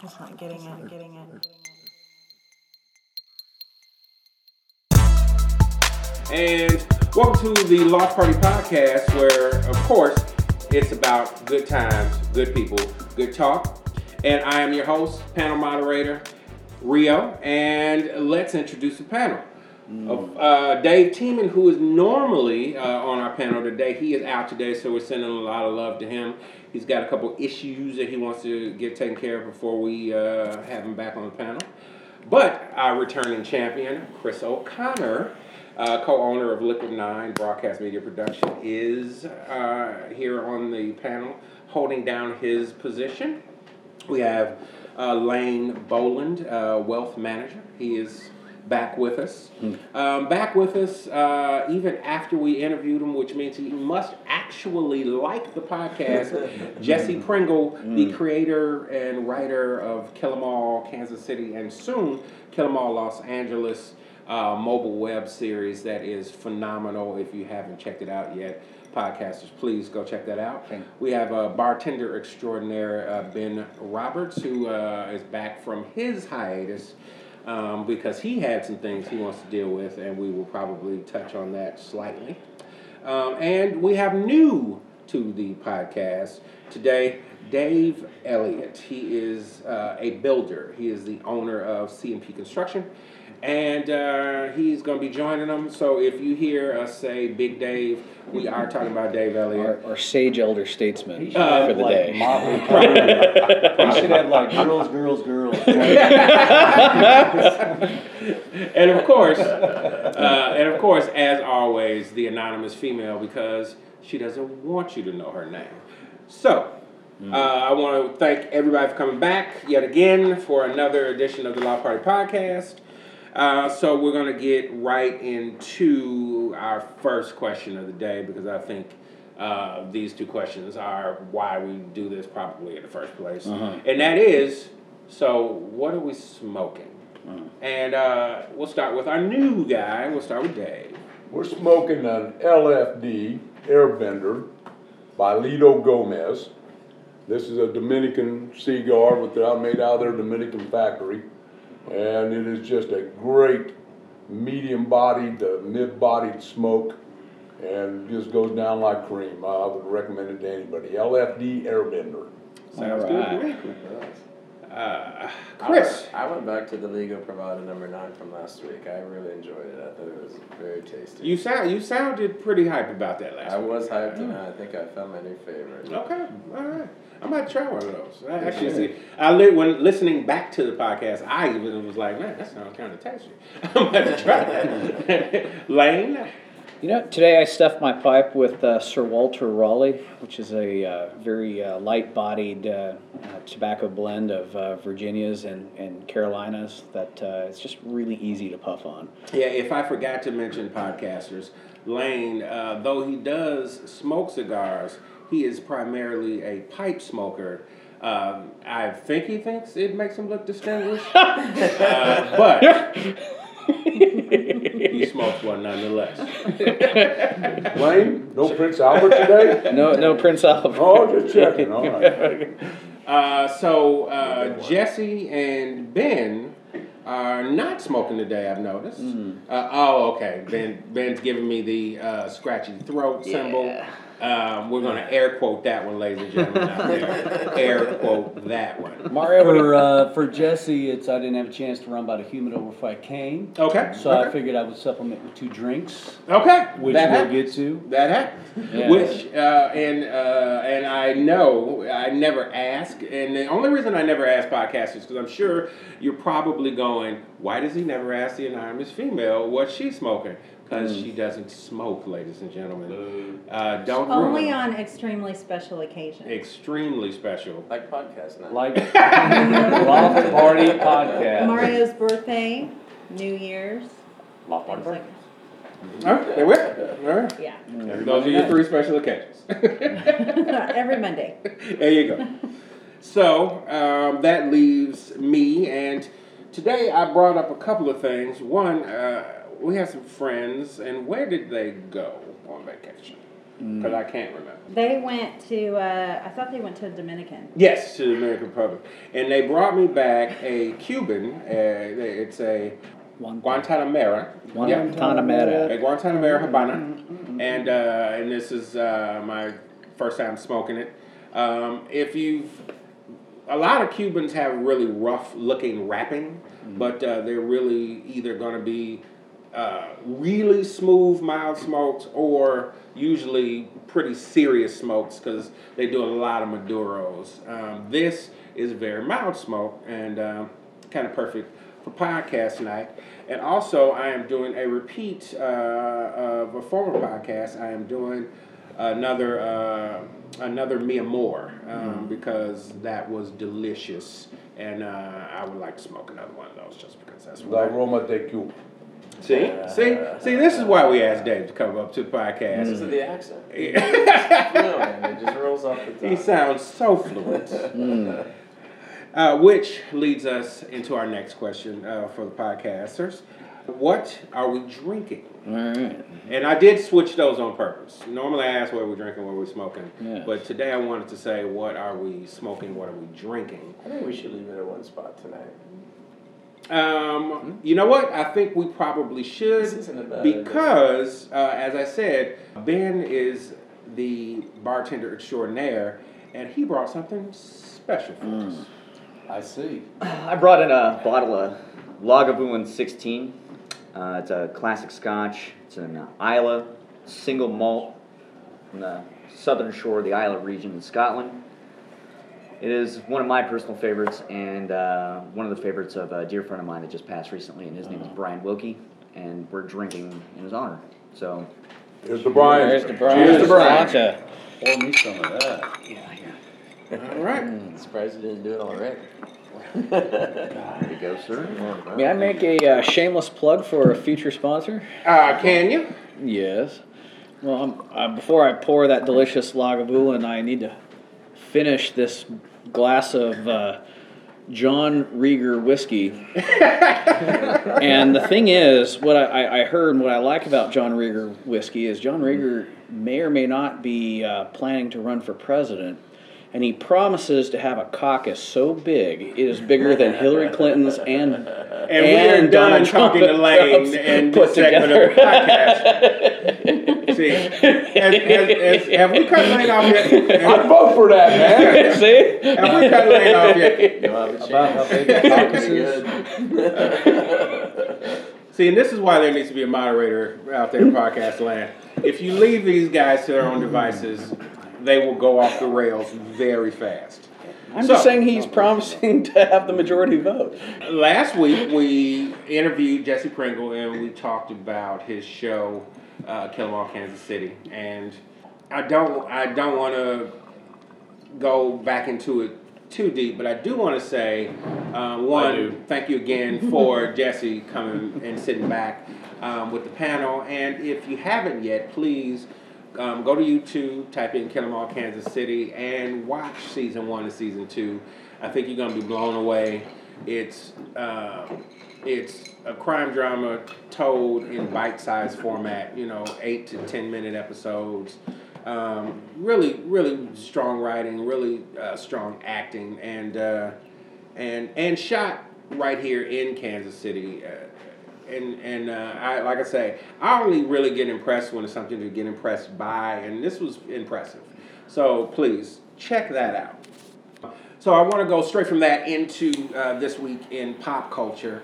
He's not getting it, getting it. And welcome to the Lost Party Podcast, where, of course, it's about good times, good people, good talk. And I am your host, panel moderator, Rio. And let's introduce the panel. Of, uh, Dave Teeman, who is normally uh, on our panel today, he is out today, so we're sending a lot of love to him. He's got a couple issues that he wants to get taken care of before we uh, have him back on the panel. But our returning champion, Chris O'Connor, uh, co-owner of Liquid Nine Broadcast Media Production, is uh, here on the panel, holding down his position. We have uh, Lane Boland, uh, wealth manager. He is back with us. Um, back with us uh, even after we interviewed him, which means he must actually like the podcast. Jesse Pringle, the creator and writer of Kill 'Em All Kansas City and soon Kill 'Em All Los Angeles uh, mobile web series that is phenomenal. If you haven't checked it out yet, podcasters, please go check that out. We have uh, bartender extraordinaire uh, Ben Roberts, who uh, is back from his hiatus um, because he had some things he wants to deal with, and we will probably touch on that slightly. Um, and we have new to the podcast today, Dave Elliott. He is uh, a builder. He is the owner of CMP Construction, and uh, he's going to be joining them. So if you hear us say Big Dave, we are talking about Dave Our, Elliott. our sage elder statesman Uh, for the like day. Motley Crue. we should have like girls, girls, girls. And of course, uh, and of course, as always, the anonymous female because she doesn't want you to know her name. So. Uh, I want to thank everybody for coming back yet again for another edition of the Law Party Podcast. Uh, so we're going to get right into our first question of the day because I think uh, these two questions are why we do this probably in the first place. And that is, so what are we smoking? And uh, we'll start with our new guy. We'll start with Dave. We're smoking an LFD Airbender by Lito Gomez. This is a Dominican cigar with that I made out of their Dominican factory, and it is just a great medium-bodied to mid-bodied smoke, and just goes down like cream. I would recommend it to anybody. LFD Airbender. Sounds All good. to me. Uh, Chris. I went back to the Ligo Privada number nine from last week. I really enjoyed it. I thought it was very tasty. You sound you sounded pretty hype about that last I week. was hyped and I think I found my new favorite. Okay, all right. I might try one of those. I actually see. I li- when listening back to the podcast, I even was like, man, that sounds kind of tasty. I might try that. Lane. You know, today I stuffed my pipe with uh, Sir Walter Raleigh, which is a uh, very uh, light-bodied uh, uh, tobacco blend of uh, Virginias and, and Carolinas that uh, it's just really easy to puff on. Yeah, if I forgot to mention podcasters, Lane, uh, though he does smoke cigars, he is primarily a pipe smoker. Um, I think he thinks it makes him look distinguished, uh, but he smokes one nonetheless. Lane, no Prince Albert today? No, no Prince Albert. Oh, just checking. All right. Uh, so uh, Jesse and Ben are not smoking today. I've noticed. Uh, oh, okay. Ben Ben's giving me the uh, scratchy throat symbol. Um, we're gonna air quote that one, ladies and gentlemen out there. air quote that one. Mario, what do you- For uh, for Jesse, it's uh, I didn't have a chance to run by the humidor before I came, Okay. so I okay. figured I would supplement with two drinks, okay. which that we'll happened. get to. That happened. Yeah. Which uh, and uh, and I know I never ask, and the only reason I never ask podcasters because I'm sure you're probably going, why does he never ask the anonymous female what she's smoking? Because she doesn't smoke, ladies and gentlemen. Uh, don't Only ruin. on extremely special occasions. Extremely special. Like podcast night. Like Loft Party Podcast. Mario's birthday, New Year's. Loft things Party. like- All right, there we are. All right. Yeah, Those are your three special occasions. every Monday. there you go. So um, that leaves me, and today I brought up a couple of things. One, uh, we have some friends, and where did they go on vacation? because I can't remember. They went to, uh, I thought they went to Dominican. Yes, to the American public, and they brought me back a Cuban. Uh, it's a Guantanamera. Yeah. Guantanamera. at Guantanamera Habana, and uh, and this is uh, my first time smoking it. Um, if you, a lot of Cubans have really rough looking wrapping, but uh, they're really either going to be uh, really smooth mild smokes or usually pretty serious smokes because they do a lot of maduros. Um, this is very mild smoke and um, kind of perfect for podcast night. And also, I am doing a repeat uh, of a former podcast. I am doing another uh, another Mia Moore um, because that was delicious, and uh, I would like to smoke another one of those just because that's La what. I- Roma de Cuba. see, see, see. This is why we asked Dave to come up to the This is podcast. the accent. no, man, it just rolls off the tongue. He sounds so fluent. Hmm. Uh, which leads us into our next question uh, for the podcasters. What are we drinking? All right. And I did switch those on purpose. Normally I ask what we're drinking, what we're smoking. Yes. But today I wanted to say, what are we smoking, what are we drinking? I think we should leave it at one spot tonight. Um, you know what? I think we probably should This isn't a bad idea. because, uh, as I said, Ben is the bartender extraordinaire, and he brought something special for us. I see. I brought in a bottle of Lagavulin 16. Uh, it's a classic Scotch. It's an uh, Isla single malt from the southern shore of the Isla region in Scotland. It is one of my personal favorites and uh, one of the favorites of a dear friend of mine that just passed recently, and his name is Brian Wilkie, and we're drinking in his honor. So, Here's the Brian. There's the Brian. Cheers to Brian. Gotcha. Pour me some of that. yeah, yeah. All right. I'm surprised you didn't do it already. There you go, sir. May I make a uh, shameless plug for a future sponsor? Uh, can you? Yes. Well, I'm, uh, before I pour that delicious Lagavulin, I need to finish this glass of uh, John Rieger whiskey. and the thing is, what I, I- I heard and what I like about John Rieger whiskey is John Rieger may or may not be uh, planning to run for president. And he promises to have a caucus so big it is bigger than Hillary Clinton's and And, we are done Donald Trump talking to Lane themselves and put this segment of the podcast. See, has, has, has, have we cut Lane off yet? I'd Have, vote for that, man. See? have we cut Lane off yet? You have a About how chance. big the caucus Pretty is. good. See, and this is why there needs to be a moderator out Mm-hmm. there in podcast land. If you leave these guys to their own devices, they will go off the rails very fast. I'm So- just saying he's promising to have the majority vote. Last week we interviewed Jesse Pringle and we talked about his show, uh, Killamore, Kansas City, and I don't I don't want to go back into it too deep, but I do want to say uh, one thank you again for Jesse coming and sitting back um, with the panel, and if you haven't yet, please. Um, go to YouTube, type in Killamore, Kansas City, and watch season one and season two. I think you're gonna be blown away. It's um, it's a crime drama told in bite-sized format. You know, eight to ten-minute episodes. Um, really, really strong writing. Really uh, strong acting, and uh, and and shot right here in Kansas City. Uh, and and uh, I like I say, I only really get impressed when it's something to get impressed by, and this was impressive. So please check that out. So I want to go straight from that into uh, this week in pop culture.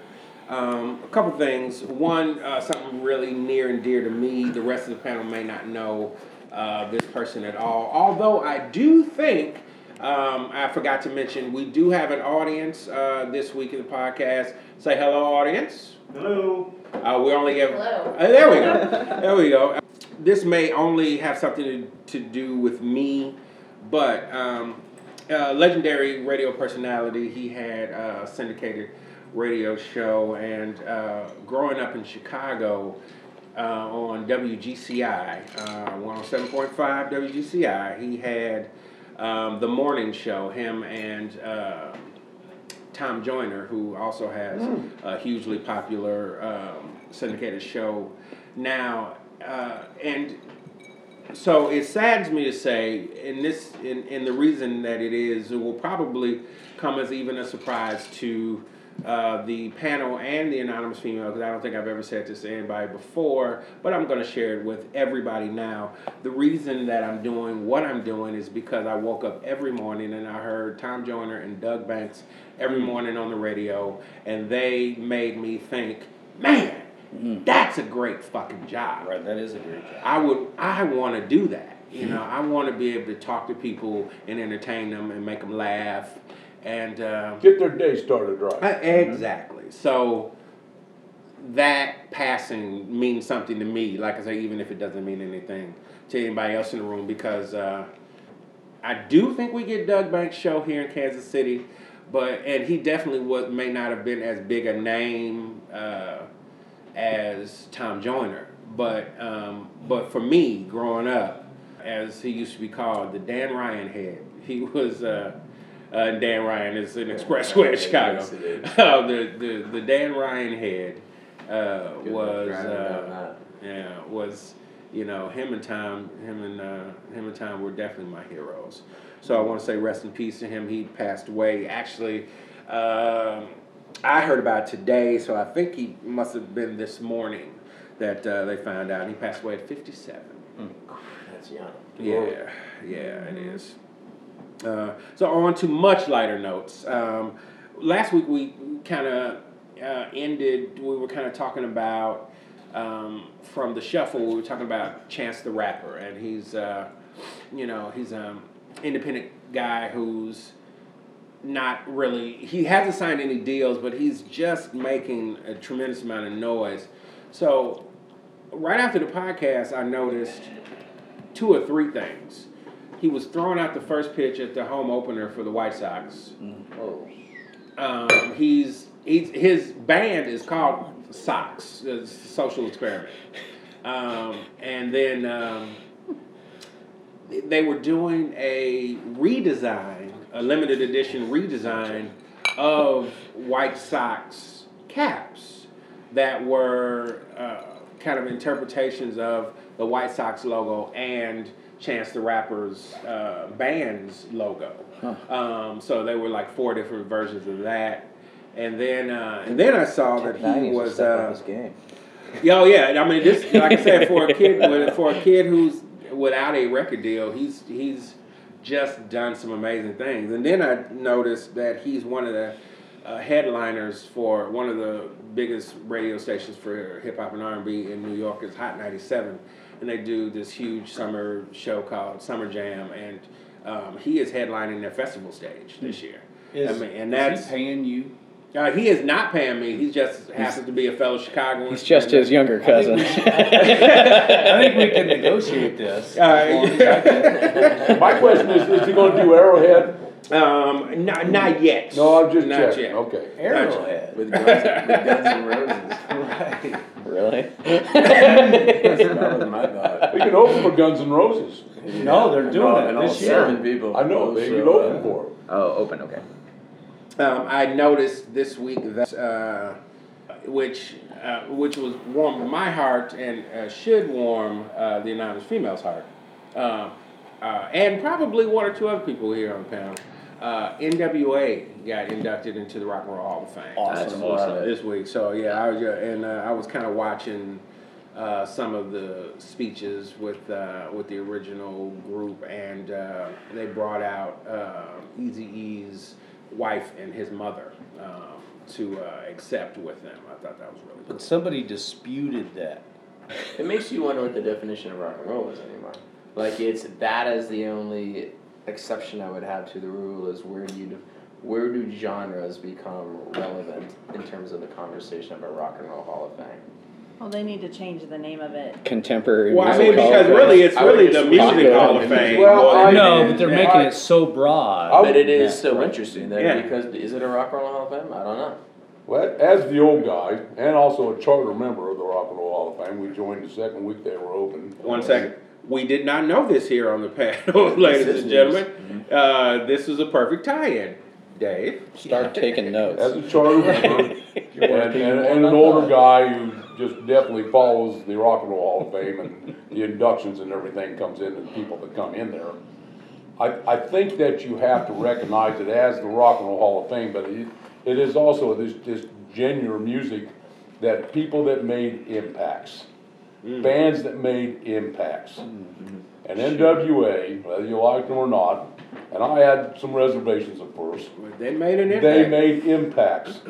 Um, a couple things. One, uh, something really near and dear to me. The rest of the panel may not know uh, this person at all. Although I do think um, I forgot to mention we do have an audience uh, this week in the podcast. Say hello, audience. Uh, we only have. Hello. Uh, there we go. there we go. This may only have something to, to do with me, but um, uh, legendary radio personality. He had a syndicated radio show, and uh, growing up in Chicago uh, on WGCI, uh, 107.5 WGCI, he had um, the morning show, him and. Uh, Tom Joyner, who also has a hugely popular um, syndicated show now, uh, and so it saddens me to say, and this, and, and the reason that it is, it will probably come as even a surprise to uh, the panel and the anonymous female, because I don't think I've ever said this to anybody before, but I'm going to share it with everybody now. The reason that I'm doing what I'm doing is because I woke up every morning and I heard Tom Joyner and Doug Banks every morning on the radio, and they made me think, man, that's a great fucking job. Right, that is a great job. I would I want to do that. You know, I want to be able to talk to people and entertain them and make them laugh, and um, Get their day started I- right. exactly. So that passing means something to me. Like I say, even if it doesn't mean anything to anybody else in the room, because uh, I do think we get Doug Banks' show here in Kansas City, but and he definitely was may not have been as big a name uh, as Tom Joyner, but um, but for me growing up, as he used to be called, the Dan Ryan head, he was. Uh, uh, Dan Ryan is an expressway of Chicago. Yes, it is. Uh, the, the the Dan Ryan head uh, Good luck was driving down uh, that. yeah was you know him and Tom him and uh, him and Tom were definitely my heroes. So I want to say rest in peace to him. He passed away actually. Um, I heard about it today, so I think he must have been this morning that uh, they found out he passed away at fifty seven. That's young. Yeah, yeah, it is. Uh, so on to much lighter notes. Um, last week we kind of uh, ended. We were kind of talking about um, from the shuffle. We were talking about Chance the Rapper, and he's uh, you know he's an independent guy who's not really he hasn't signed any deals but he's just making a tremendous amount of noise so right after the podcast i noticed two or three things he was throwing out the first pitch at the home opener for the white sox Whoa. um, he's, he's his band is called Socks, the Social Experiment, um, and then um, they were doing a redesign, a limited edition redesign of White Sox caps that were uh, kind of interpretations of the White Sox logo and Chance the Rapper's uh, band's logo. Um, so they were like four different versions of that. And then, uh, and then I saw that he was. Uh, game. Yo, yeah. I mean, this like I said, for a kid with- for a kid who's without a record deal, he's he's just done some amazing things. And then I noticed that he's one of the uh, headliners for one of the biggest radio stations for hip hop and R and B in New York is Hot ninety seven, and they do this huge summer show called Summer Jam, and um, he is headlining their festival stage Hmm. this year. I mean, and that's he paying you. uh, he is not paying me. He just happens to be a fellow Chicagoan. He's just his younger cousin. I think we can negotiate this. Uh, My question is, is he gonna do Arrowhead? Um, not, not yet. No, I'm just not checking, yet. okay. Arrowhead. With guns, with guns and roses. Right. really? That's not what my thought. We can open for Guns N' Roses. No, they're doing No, it and all this year. seven people. uh, I know, will they show can open up. for them. Oh, open, okay. Um, I noticed this week that, uh, which, uh, which was warm my heart and uh, should warm uh, the anonymous female's heart, um, uh, and probably one or two other people here on the panel. Uh, NWA got inducted into the Rock and Roll Hall of Fame. That's awesome. this week. So yeah, I was uh, and uh, I was kind of watching uh, some of the speeches with uh, with the original group, and uh, they brought out uh, Easy E's wife and his mother um, to uh, accept with them. I thought that was really cool. But somebody disputed that. It makes you wonder what the definition of rock and roll is anymore. Like it's that is the only exception I would have to the rule is where do you def- where do genres become relevant in terms of the conversation of a rock and roll Hall of Fame? Well, they need to change the name of it. Contemporary. Well, I music mean, hall because of fame. really, it's I would really just the music popular hall of music. fame. Well, more than I- it No, is but they're that. making it so broad. But it is so interesting that Yeah. because is it a rock and roll Hall of Fame? I don't know. Well, as the old guy, and also a charter member of the Rock and Roll Hall of Fame, we joined the second week they were open. One second. We did not know this here on the panel, ladies This and is gentlemen. Uh, this was a perfect tie-in, Dave. Start taking As notes. a charter member, and, and, and an older guy who just definitely follows the Rock and Roll Hall of Fame and the inductions and everything comes in and people that come in there. I, I think that you have to recognize it as the Rock and Roll Hall of Fame, but it, it is also this, this genuine music that people that made impacts, bands that made impacts. And NWA, whether you liked them or not, and I had some reservations at first, But They made an impact. they made impacts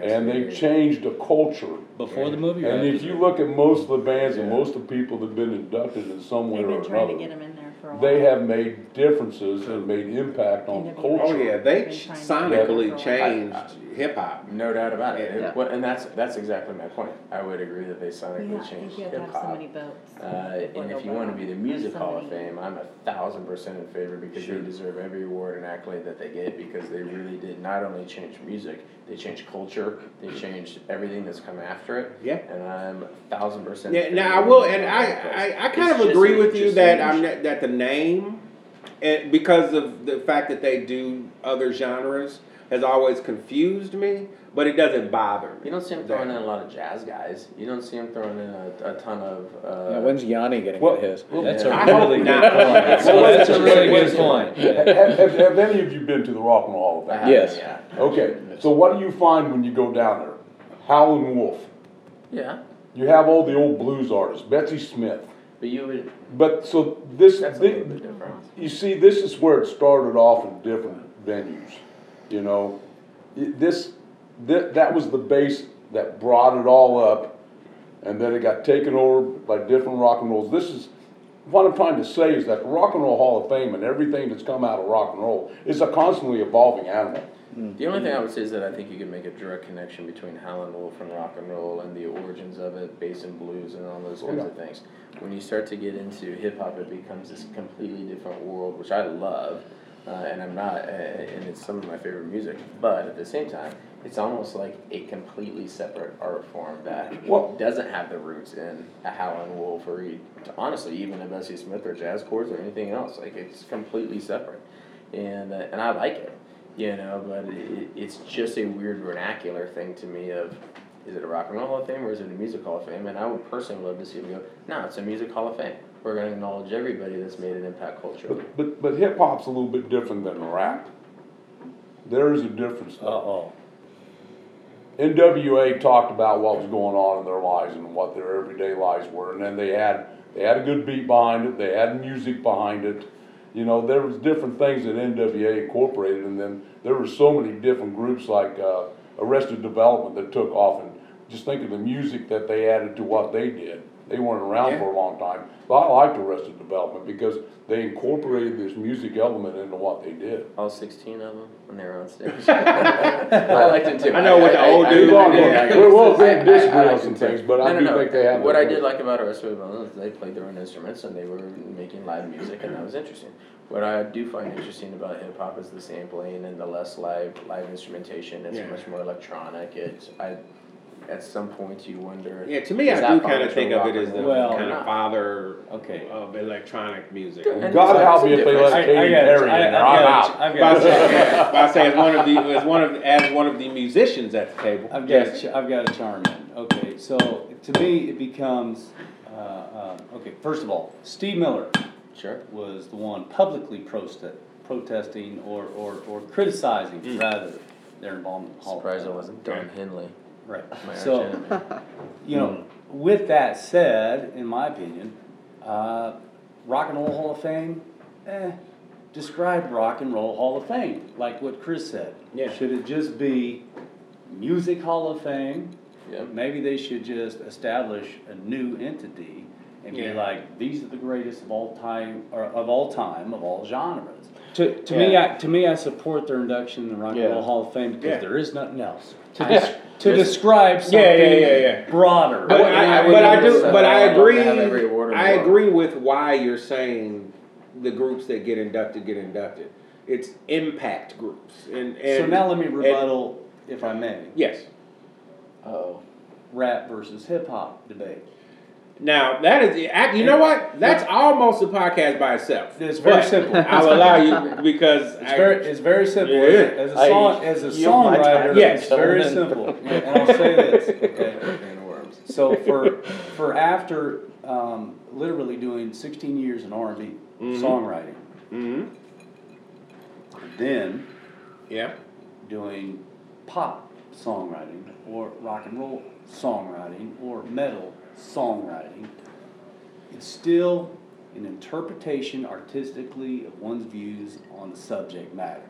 and they changed the culture. Before the movie. And if you look at most of the bands and most of the people that've been inducted in some way They've or been trying to get another, them in there for a while. they have made differences and made impact on the NWA. Oh culture. yeah, they ch- Been trying to- sonically Yeah. changed hip hop. No doubt about it. Yeah. Well, and that's that's exactly my point. I would agree that they sonically Yeah, I think changed you have to hip have so hop. many votes. Uh, and if you want to be the Music Hall of Fame, I'm a thousand percent in favor because they deserve every award and accolade that they get because they really did not only change music, they changed culture, they changed everything that's come after it. Mm-hmm. Yeah. And I'm a thousand percent. Yeah, in now I favor will, of and that. I, I, I kind It's of just- agree it with you just that changed. I'm not, that the name, and because of the fact that they do other genres, has always confused me. But it doesn't bother You me. don't see him throwing in a lot of jazz guys. You don't see him throwing in a, a ton of. Uh, Now, when's Yanni gonna Well, get his? well, That's I a hope really good not. point. That's a- That's a really good Wait, point. Have, Yeah. have, have any of you been to the Rock and Roll Hall of Fame? I haven't, Yes. Yeah. Okay, so what do you find when you go down there? Howlin' Wolf. Yeah. You have all the old blues artists, Betsy Smith. But you would. But so this, That's a thi- little bit different. You see, this is where it started off in different venues. You know, It- this that that was the base that brought it all up, and then it got taken over by different rock and rolls. This is what I'm trying to say is that the Rock and Roll Hall of Fame and everything that's come out of rock and roll is a constantly evolving animal. Mm, The only thing I would say is that I think you can make a direct connection between Howlin' Wolf and rock and roll and the origins of it, bass and blues, and all those kinds of things. When you start to get into hip hop, it becomes this completely different world, which I love, uh, and I'm not, uh, and it's some of my favorite music. But at the same time, it's almost like a completely separate art form that Well- doesn't have the roots in a Howlin' Wolf or e- honestly even a Bessie Smith or jazz chords or anything else. Like it's completely separate, and uh, and I like it, you know. But it, it's just a weird vernacular thing to me of. Is it a rock and roll hall of fame or is it a music hall of fame? And I would personally love to see them go. No, it's a music hall of fame. We're going to acknowledge everybody that's made an impact culturally. But but, but hip hop's a little bit different than rap. There is a difference. Uh, there. Uh-oh. NWA talked about what was going on in their lives and what their everyday lives were, and then they had they had a good beat behind it, they had music behind it. You know, there was different things that NWA incorporated, and then there were so many different groups like uh, Arrested Development that took off. And just think of the music that they added to what they did. They weren't around for a long time, but I liked Arrested Development because they incorporated this music element into what they did. All sixteen of them when they were on stage. I liked them too. I know what the old I- dude- I- I- Yeah, I- we will I- I- disagree I on liked some them too. things, but I No, no, do no. think they have What their I did place. like about Arrested Development is they played their own instruments and they were making live music, and that was interesting. What I do find interesting about hip hop is the sampling and the less live live instrumentation. It's Yeah. much more electronic. It's I. At some point, you wonder. Yeah, to me, is I do that kind of culture think of it rock as the and roll or Well- kind of not? father Okay. of electronic music. Yeah. And God so help it's me a if they difference. let Katy Perry in there. I'm out. I've But I got, say, a- yeah, but I say as one of the as one of as one of the musicians at the table. I've got, a yes. ch- I've got a charm in. Okay, so to me, it becomes, uh, uh, okay, first of all, Steve Miller Sure. was the one publicly proste- protesting or, or, or criticizing rather their involvement in the Hall of Surprised I Fame. wasn't Don Henley. Right. My So- arch enemy. you know, with that said, in my opinion, uh, Rock and Roll Hall of Fame, eh, describe Rock and Roll Hall of Fame, like what Chris said. Yeah. Should it just be Music Hall of Fame? Yeah. Maybe they should just establish a new entity and Yeah. be like, these are the greatest of all time, or of all time, of all genres. To, to me, I, to me, I support their induction in the Rock and Roll Yeah. Hall of Fame because Yeah. there is nothing else to, Yeah. des- to Yes. describe something Yeah, yeah, yeah, yeah. broader. But I, I- but I do. But I agree. They have every award in the I world. agree with why you're saying the groups that get inducted get inducted. It's impact groups, and, and so now let me and- rebuttal, if I may, yes. Oh. rap versus hip hop debate. Now that is, I- you know what? That's almost a podcast by itself. It's very But simple. I'll allow you because It's I- very, it's very simple. Yeah. As a song, I- as a you know my songwriter, time. it's Yes. very simple. And I'll say this, okay? And worms. So for, for after um, literally doing 16 years in R&B songwriting. Mm-hmm. Then Yeah. doing pop songwriting or rock and roll songwriting or metal songwriting. It's still an interpretation artistically of one's views on the subject matter.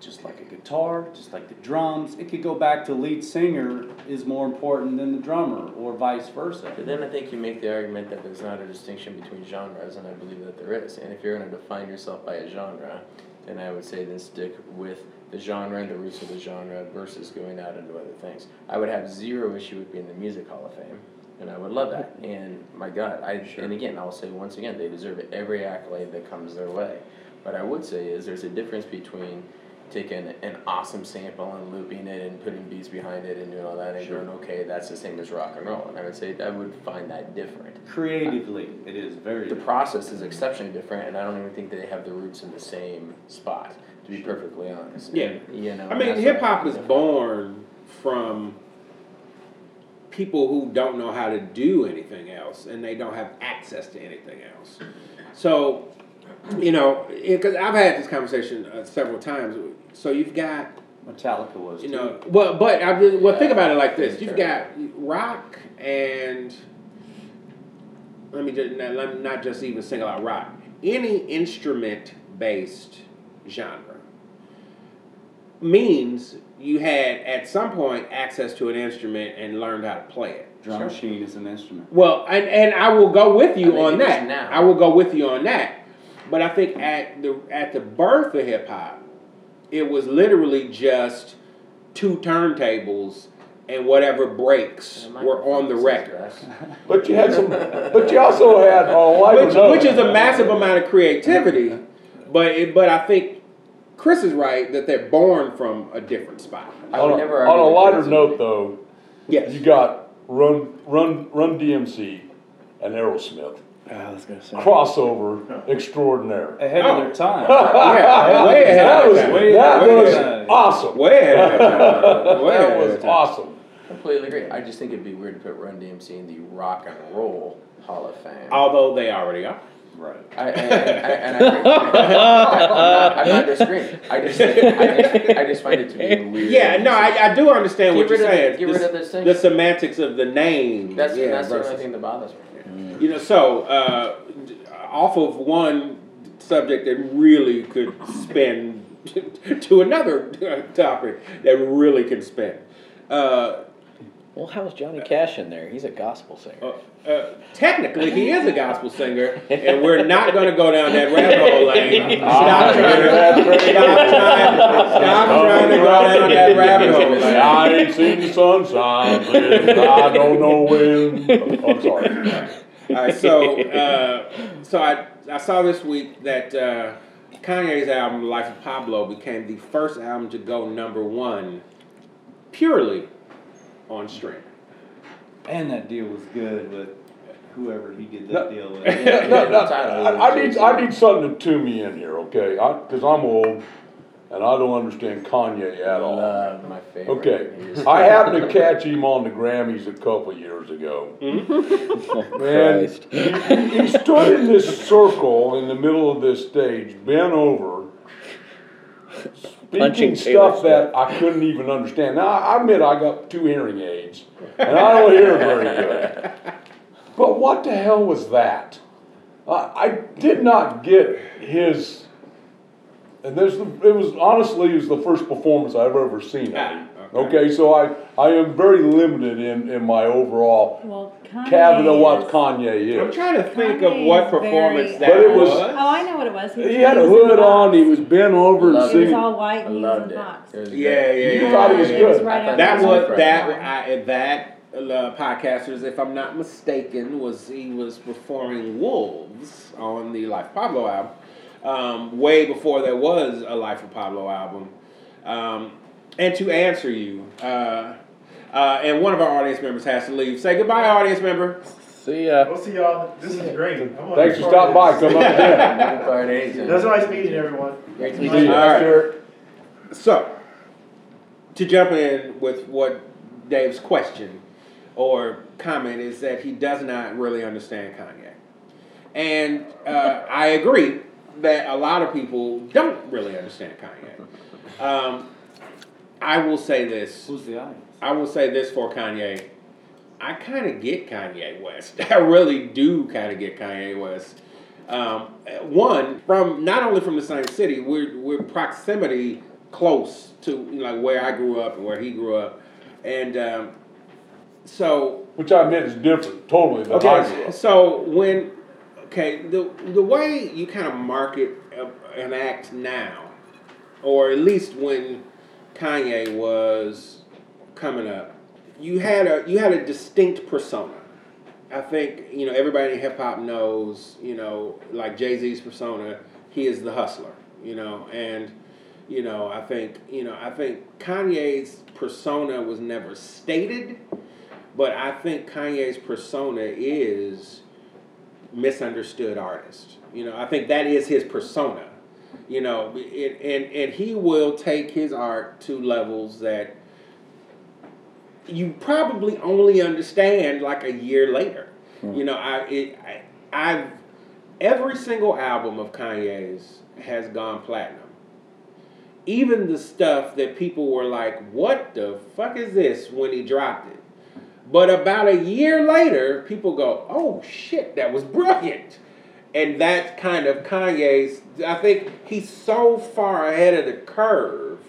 Just like a guitar, just like the drums, it could go back to lead singer is more important than the drummer or vice versa. But then I think you make the argument that there's not a distinction between genres, and I believe that there is. And if you're going to define yourself by a genre, then I would say then stick with the genre and the roots of the genre versus going out into other things. I would have zero issue with being in the Music Hall of Fame, and I would love that. And my God, I and again, I'll say once again, they deserve every accolade that comes their way. What I would say is there's a difference between taking an awesome sample and looping it and putting beats behind it and doing all that and going, okay, that's the same as rock and roll. And I would say I would find that different. Creatively, it is very The process is exceptionally different, and I don't even think they have the roots in the same spot, to be perfectly honest. Yeah. And, you know, I mean, that's hip hop what- is born from people who don't know how to do anything else and they don't have access to anything else. So, you know, because I've had this conversation uh, several times. So you've got, Metallica was you too. know, well, but I really, well, think about it like this: you've got Yeah. rock and let me just not, let me not just even single out rock. Any instrument based genre means you had at some point access to an instrument and learned how to play it. drum machine is an instrument. Well, and, and I will go with I you think on it is that. now. I will go with you on that. But I think at the at the birth of hip hop, it was literally just two turntables and whatever breaks were on the record. But you had some, but you also had, oh, I Which, don't know. which is a massive amount of creativity, but it, but I think Chris is right that they're born from a different spot. I On would a, never on a argue lighter with note, though, Yes. you got Run, Run, Run DMC and Aerosmith. I was gonna say. Crossover extraordinaire. Ahead Oh. of their time. yeah, way ahead That of was, their time. way that ahead of was their time. awesome. Way ahead of their time. Way That ahead of their was time. awesome. Completely agree. I just think it'd be weird to put Run DMC in the Rock and Roll Hall of Fame. Although they already are. right. I, I, I, I, and I, agree. I'm, not, I'm not disagreeing. I just, I just, I just find it to be weird. Yeah, no, I, I do understand Get what you're rid of saying. the- get The rid s- of the thing. The semantics of the name. That's yeah, that's the versus- only thing that bothers me. You know, so uh, d- off of one subject that really could spin to another uh, topic that really can spin. Uh, Well, how's Johnny Cash in there? He's a gospel singer. uh, uh, technically, he is a gospel singer, and we're not going to go down that rabbit hole lane. Stop trying to, stop trying, stop trying to go down that rabbit hole lane. I ain't seen the sun sign, and I don't know when. I'm sorry. All right, so uh, so I I saw this week that uh, Kanye's album Life of Pablo became the first album to go number one purely on stream. And that deal was good with whoever he did No. that deal with. No, no, I, I need I need something to tune me in here, okay? Because I'm old, and I don't understand Kanye at all. Love my favorite. Okay, He's- I happened to catch him on the Grammys a couple years ago. Oh, Man, Christ. he, he stood in this circle in the middle of this stage, bent over, Punching speaking Taylor stuff that I couldn't even understand. Now, I admit I got two hearing aids, and I don't hear very good. But what the hell was that? I, I did not get his. And this, it was honestly, it was the first performance I've ever seen. of him. Ah, okay. Okay, so I, I am very limited in, in my overall Well, Kanye. cabinet of what is- Kanye I'm is. trying to think of Kanye's what performance very- that But it was. was- Oh, I know what it was. He had a hood on, he was bent over and Love it. He was singing. all white I and he loved was in it. box. It was Yeah, good. yeah, You yeah. thought it was it was good. right I up That there. was Right. that I, that uh, podcasters, if I'm not mistaken, was he was performing Wolves on the Life of Pablo album, um, way before there was a Life of Pablo album. Um, and to answer you, uh, uh, and one of our audience members has to leave. Say goodbye, audience member. See ya. We'll see y'all. This is great. I'm on Thanks the for stopping by, part of come on again. Good part is- this. It was nice meeting everyone. Great to See meet you. you. All right. So, to jump in with what Dave's question, or comment is that he does not really understand cognac. And uh, I agree that a lot of people don't really understand cognac. Um, I will say this. Who's the audience? I will say this for Kanye. I kind of get Kanye West. I really do kind of get Kanye West. Um, one from not only from the same city, we're we're proximity close to like where I grew up and where he grew up, and um, so Which I admit is different totally than I grew Okay, up. so when okay the the way you kind of market a- an act now, or at least when Kanye was coming up, you had a you had a distinct persona. I think you know everybody in hip hop knows you know like Jay Z's persona. He is the hustler, you know, and you know I think you know I think Kanye's persona was never stated. But I think Kanye's persona is misunderstood artist. You know, I think that is his persona. You know, it, and and he will take his art to levels that you probably only understand like a year later. You know, I it I, I've every single album of Kanye's has gone platinum even the stuff that people were like, what the fuck is this when he dropped it? But about a year later, people go, oh shit, that was brilliant. And that's kind of Kanye's, I think he's so far ahead of the curve,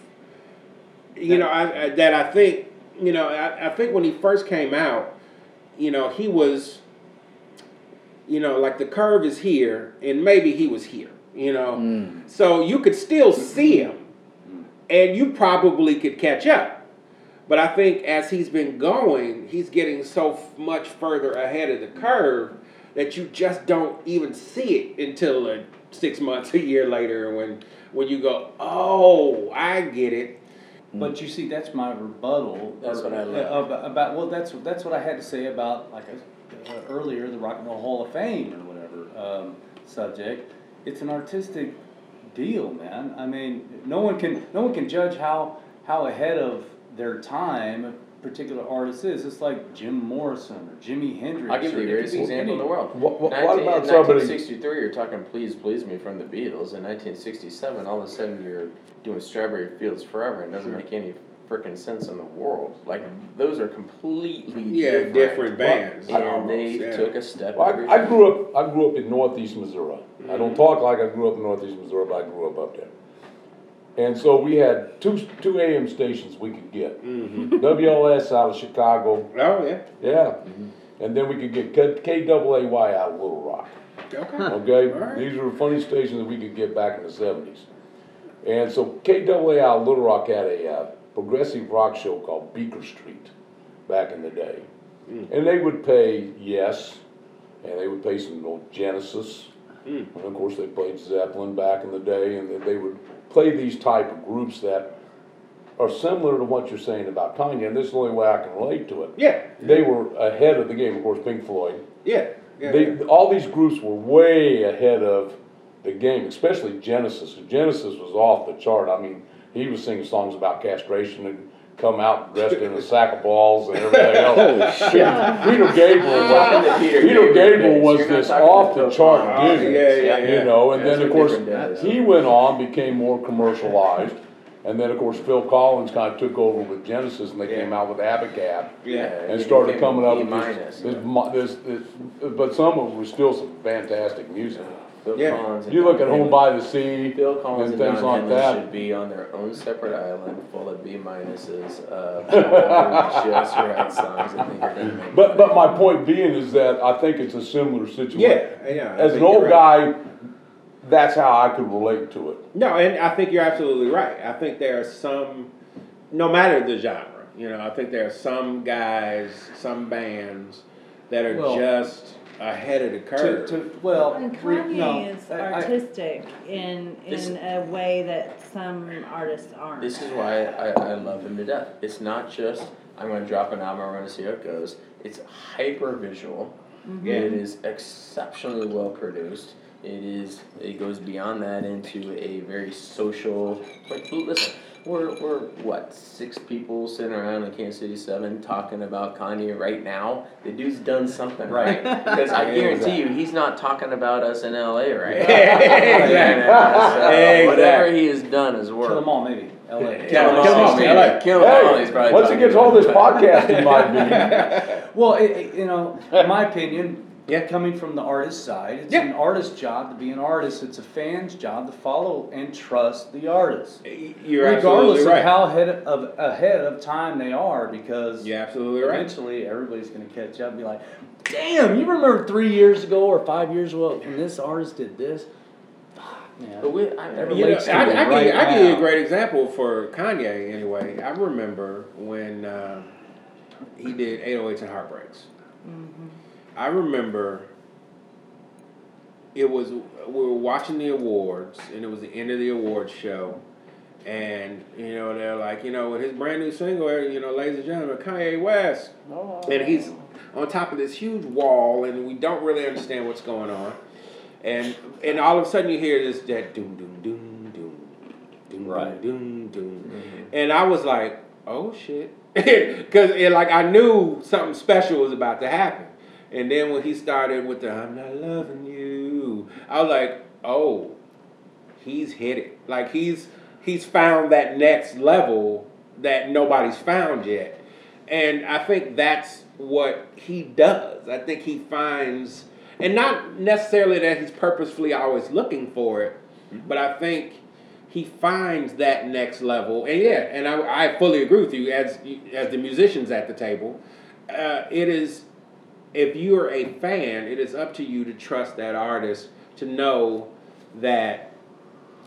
you know, I, I, that I think, you know, I, I think when he first came out, you know, he was you know, like the curve is here, and maybe he was here, you know. So you could still see him, and you probably could catch up. But I think as he's been going, he's getting so f- much further ahead of the curve that you just don't even see it until uh, six months, a year later, when when you go, oh, I get it. But you see, that's my rebuttal. Mm. That's what I love. love About, well, that's, that's what I had to say about, like, uh, uh, earlier, the Rock and Roll Hall of Fame or whatever, um, subject. It's an artistic deal, man. I mean, no one can, no one can judge how, how ahead of their time a particular artist is. It's like Jim Morrison or Jimi Hendrix. I'll give or you it the greatest could be example in the any- world. What- what- what 19 about in somebody- 1963, you're talking "Please Please Me" from the Beatles. In 1967, all of a sudden you're doing "Strawberry Fields Forever" and it doesn't make any freaking sense in the world. Like those are completely Yeah, different, different bands. and almost, they yeah. took a step. Well, every- I, I grew up. I grew up in Northeast Missouri. I don't talk like I grew up in Northeast Missouri, but I grew up up there. And so we had two two AM stations we could get. WLS out of Chicago, Oh Mm-hmm. yeah, yeah, and then we could get K- KAAY out of Little Rock. okay. Okay, All right. these were funny stations that we could get back in the seventies. And so KAA out of Little Rock had a uh, progressive rock show called Beaker Street back in the day. Hmm. And they would pay Yes, and they would pay some old Genesis. Hmm. And of course, they played Zeppelin back in the day, and they- they would play these type of groups that are similar to what you're saying about Kanye, and this is the only way I can relate to it. Yeah, They were ahead of the game, of course, Pink Floyd. yeah, yeah. They, all these groups were way ahead of the game, especially Genesis. Genesis was off the chart. I mean, he was singing songs about castration and come out dressed in a sack of balls and everything else. oh, shit. Peter Gabriel was, Talking to Peter Gabriel days. was You're not this talking off to the Phil chart Collins. dude. Yeah, yeah, yeah. You know, and That's then of what course, different days. he went on, became more commercialized. And then, of course, Phil Collins kind of took over with Genesis and they Yeah. came out with Abacab yeah. E and started coming up with with this, this, mo- this, this, but some of it was still some fantastic music. Yeah. You look at Home by the Sea Bill Collins and and, things Don like Henley that. should be on their own separate island full of B minuses of just right songs. I think are gonna make But, but my point being is that I think it's a similar situation. Yeah, yeah, I As think an you're old right. guy, that's how I could relate to it. No, and I think you're absolutely right. I think there are some, no matter the genre, you know, I think there are some guys, some bands that are Well, just ahead of the To, curve. to, well, And re- Kanye no, is I- I- artistic in This- in a way that some artists aren't. This is why I, I love him to death. It's not just I'm gonna drop an album, I'm gonna see how it goes. It's hyper visual. It is exceptionally well produced. It is. It goes beyond that into a very social. Like, l- listen, we're we're what six people sitting around in Kansas City Seven talking about Kanye right now. The dude's done something right, because I guarantee you, he's not talking about us in L.A. right now. So, Exactly. Whatever he has done is work. Kill them all, maybe. LA. Kill 'em Kill 'em all, all, man. man. Kill 'em all, he's Hey, probably once he talking gets about all this it. podcasting might Well, it, it- you know, in my opinion, Yeah. coming from the artist side, it's Yeah. an artist's job to be an artist. It's a fan's job to follow and trust the artist, You're regardless absolutely of right. how ahead of ahead of time they are, because You're absolutely right. eventually everybody's going to catch up and be like, "Damn, you remember three years ago or five years ago when this artist did this?" Fuck, But man. we, I, I mean, You know, I, I, relates to it can- right I give you a now. great example for Kanye. Anyway, I remember when um, he did 808s and Heartbreaks. I remember it was we were watching the awards, and it was the end of the awards show, and you know they're like, you know, with his brand new single, you know, ladies and gentlemen, Kanye West, and he's on top of this huge wall, and we don't really understand what's going on, and and all of a sudden you hear this that doom doom doom doom doom Right. doom doom doom, and I was like, oh shit, because like I knew something special was about to happen, and then when he started with the I'm not loving you, I was like, oh he's hit it. Like he's he's found that next level that nobody's found yet. And I think that's what he does. I think he finds and not necessarily that he's purposefully always looking for it, but I think he finds that next level. And yeah, and I, I fully agree with you as as the musicians at the table. Uh, it is if you are a fan, it is up to you to trust that artist to know that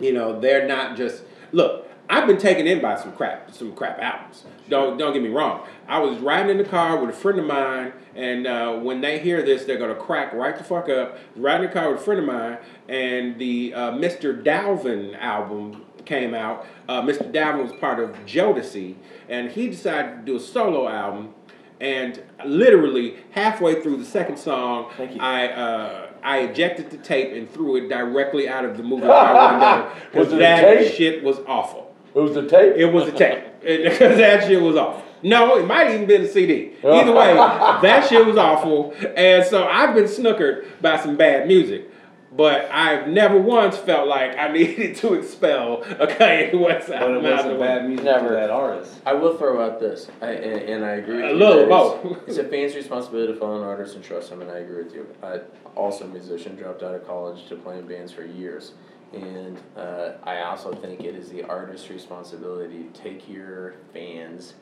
you know, they're not just look. I've been taken in by some crap, some crap albums. Don't don't get me wrong. I was riding in the car with a friend of mine, and uh, when they hear this, they're gonna crack right the fuck up. Riding in the car with a friend of mine, and the uh, Mr. Dalvin album came out. Uh, Mr. Dalvin was part of Jodeci, and he decided to do a solo album. And literally halfway through the second song, I uh, I ejected the tape and threw it directly out of the movie car window Was because it a that tape? shit was awful. be. It was the tape. It was a tape because that shit was awful. No, it might even been a CD. Either way, that shit was awful, and so I've been snookered by some bad music. But I've never once felt like I needed to expel a Kanye West But it album. out of the wasn't way. bad music Never. for that artist. I will throw out this, I, and, and I agree. With A you little that both. It's, it's a fan's responsibility to follow an artist and trust him, and I agree with you. I also a musician, dropped out of college to play in bands for years, and uh, I also think it is the artist's responsibility to take your fans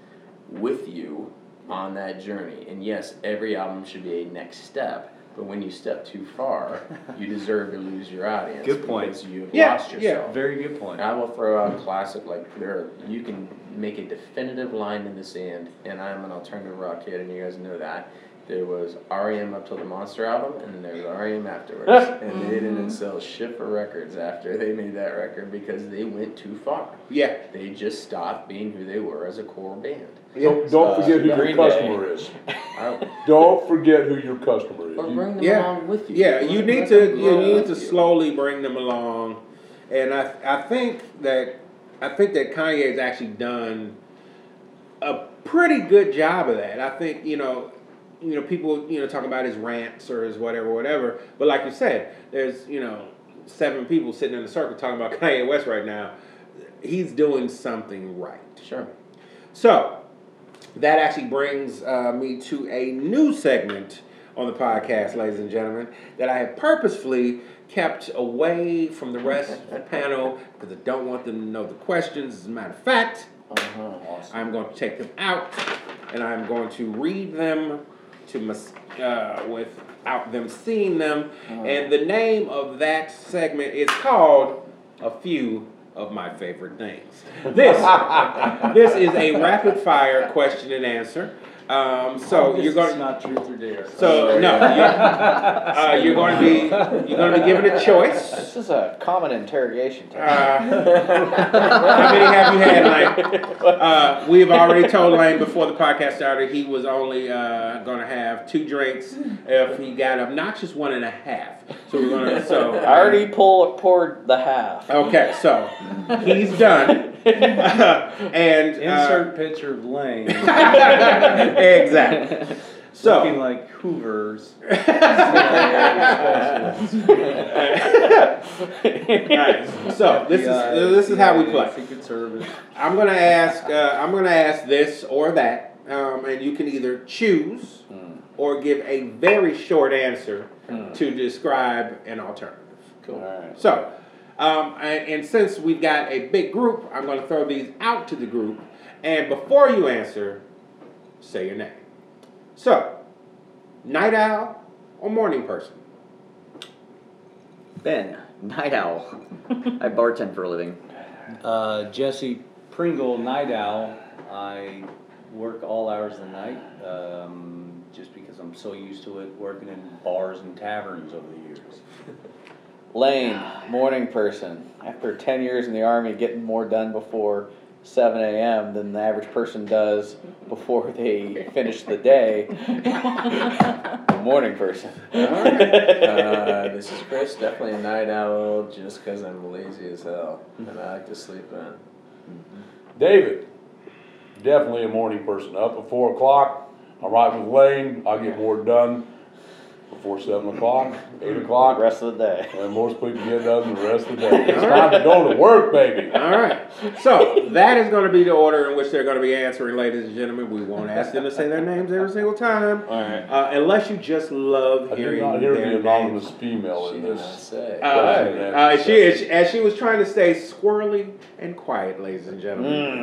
with you on that journey. And yes, every album should be a next step. But when you step too far, you deserve to lose your audience. Good point. Because you've Yeah, lost yeah. yourself. Very good point. And I will throw out classic like there. You can make a definitive line in the sand, and I'm an alternative rock kid, and you guys know that. There was REM up till the Monster album, and then there was REM afterwards, and they Mm-hmm. didn't sell shit for records after they made that record because they went too far. Yeah. They just stopped being who they were as a core band. Don't, don't Uh, forget who your Green customer is. I, Don't forget who your customer is. or You- bring them Mm-hmm. Yeah. along with you. Yeah, Bring- you bring need to them you along need with to you. slowly bring them along, and I I think that I think that Kanye's actually done a pretty good job of that. I think you know you know people you know talk about his rants or his whatever whatever, but like you said, there's you know seven people sitting in a circle talking about Kanye West right now. He's doing something right. Sure. So that actually brings uh, me to a new segment on the podcast, ladies and gentlemen, that I have purposefully kept away from the rest of the panel because I don't want them to know the questions. As a matter of fact, I'm going to take them out and I'm going to read them to mis- uh, without them seeing them. Uh-huh. And the name of that segment is called A Few of My Favorite Things. This this is a rapid fire question and answer. Um, so you're Oh, This is going. not truth or dare. So no, you're, uh, you're going to be you're going to be given a choice. This is a common interrogation Uh, technique. how many have you had, Lane? Uh, we've already told Lane before the podcast started he was only uh, going to have two drinks. If he got obnoxious, one and a half. So we're going to. So I already pulled, poured the half. Okay, so he's done, and uh, Insert picture of Lane exactly. looking So like Hoover's. Alright, so this is this is how we play. Secret Service. I'm gonna ask uh, I'm gonna ask this or that, um, and you can either choose or give a very short answer to describe an alternative. All right. So, um, and, and since we've got a big group, I'm gonna throw these out to the group, and before you answer, say your name. So, night owl or morning person? Ben, night owl. I bartend for a living. Uh, Jesse Pringle, night owl. I work all hours of the night um, just because I'm so used to it working in bars and taverns over the years. Lane, morning person. After 10 years in the Army, getting more done before 7 a.m. than the average person does before they finish the day. The morning person. Uh, this is Chris, definitely a night owl, just 'cause I'm lazy as hell and I like to sleep in. David, definitely a morning person. Up at four o'clock, I'm right with Lane. I get more done before seven o'clock, eight The o'clock, rest of the day. and most people get done the rest of the day. It's time to go to work, baby. All right. So that is going to be the order in which they're going to be answering, ladies and gentlemen. We won't ask them to say their names every single time, All right. uh, unless you just love I did hearing not hear their the anonymous names. female She in did not this. say. Uh, Right. uh, she is, as she was trying to stay squirrely and quiet, ladies and gentlemen.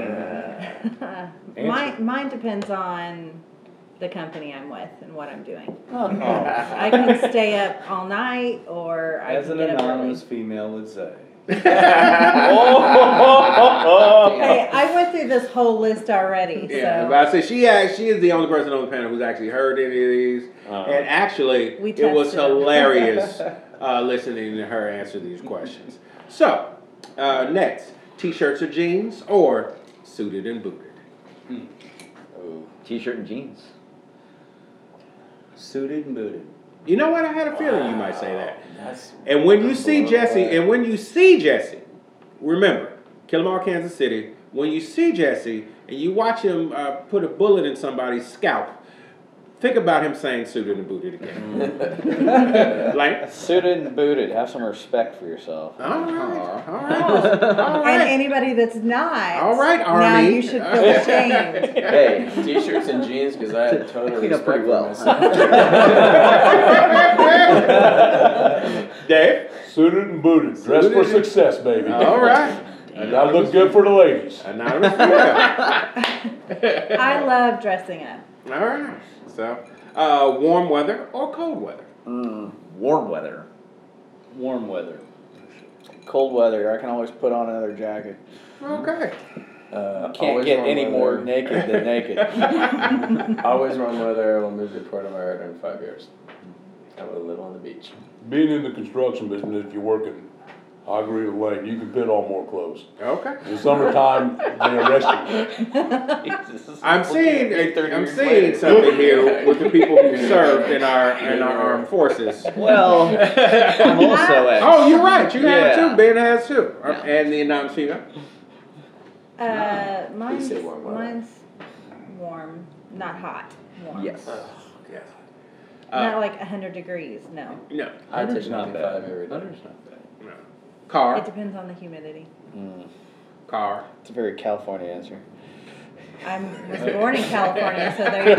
Mm. Mine, mine depends on the company I'm with and what I'm doing. Oh. I can stay up all night or I As can an get up early. anonymous female would say. Hey, I went through this whole list already, Yeah, so but I say she act- she is the only person on the panel who's actually heard any of these, and actually, We it was tested them. hilarious uh, listening to her answer these questions. So, uh, next, t-shirts or jeans, or suited and booted. T-shirt and jeans. Suited and booted. You know what? I had a feeling you might say that. That's And when you see Blown Jesse, away. and when you see Jesse, remember, Killamore, Kansas City. When you see Jesse and you watch him uh, put a bullet in somebody's scalp, think about him saying "suited and booted" again. like, Suited and booted. Have some respect for yourself. all right, all right, all and right. anybody that's not, All right, now Army. you should feel shamed. Hey, T-shirts and jeans because I had total Clean up respect pretty for well. myself. Dave, Suited and booted, dressed Suited for and- success, baby. all right. And I look good for the ladies. Anonymous. female. I love dressing up. All right. So, uh, warm weather or cold weather? warm weather. Warm weather. Cold weather. I can always put on another jacket. Okay. Uh, Can't always get wrong any more weather. naked than naked. Always wrong weather. I will move to Puerto Vallarta in five years. I will live on the beach. Being in the construction business, if you're working, I agree with Lane, you can put on more clothes. Okay. In the summertime, they arrest you. I'm seeing, eight, thirty I'm years seeing later. something here with the people who served in our in our armed forces. Well, I'm also at. Oh, you're right. You have Yeah. two. Ben has two, Uh, and the anonymous female. Uh, mine's, say warm weather. mine's warm, not hot. Warm. Yes. Yes. not Uh, like 100 degrees, no. no. I take Hunter's not bad. 95 every day. Hunter's not bad. No. It Car. depends on the humidity. Car. It's a very California answer. I was born in California, so there you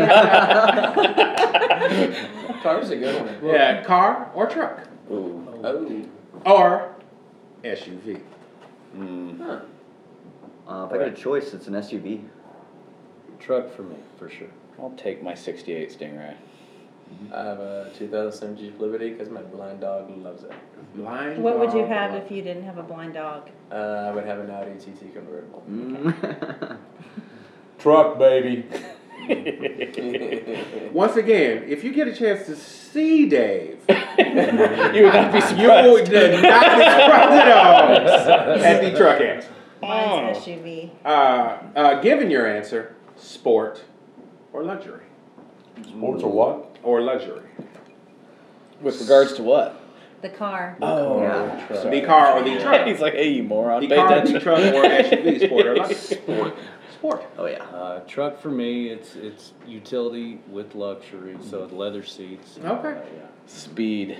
go. Car's a good one. Yeah. Car or truck Oh. or SUV. Huh. Uh, if I get a choice, it's an SUV. Truck for me, for sure. I'll take my 68 Stingray. I have a 2007 Jeep Liberty because my blind dog loves it. Blind. What would you dog. have if you didn't have a blind dog? Uh, I would have an Audi TT convertible. Mm. Truck, baby. Once again, if you get a chance to see Dave, you would not be you would not be surprised. surprised at all at the truck answer. Oh. Mine's SUV. Uh, uh, given your answer, sport or luxury. Sports or what? Or luxury. With regards to what? The car. Uh, Oh, Yeah. truck. The car or the truck. He's like, hey, you moron, The pay car, attention. the truck, or SUV, sport or luxury. Sport. Sport. Oh yeah. Uh, truck for me, it's it's utility with luxury, so leather seats. Okay. Speed.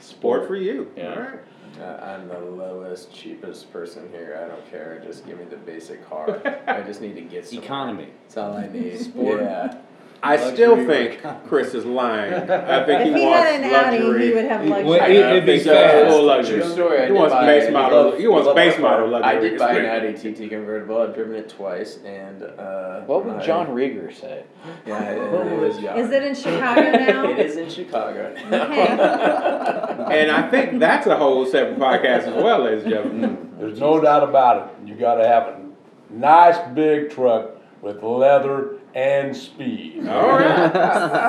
Sport for you. Yeah. All right. Uh, I'm the lowest, cheapest person here. I don't care. Just give me the basic car. I just need to get some. Economy. That's all I need. Yeah. I still think Chris is lying. I think If he he wants had an luxury. Audi, he would have luxury. Well, it- it'd be He's got full fast. luxury. True story. I He did wants buy- base we model. love- he wants we love base our model car. luxury. I did buy an experience. Audi TT convertible. I've driven it twice, and uh, What would I- John Rieger say? Yeah, it, it was John. Is it in Chicago now? It is in Chicago. Okay. And I think that's a whole separate podcast as well, ladies and gentlemen. There's no doubt about it. You gotta have a nice big truck with leather and speed. All right.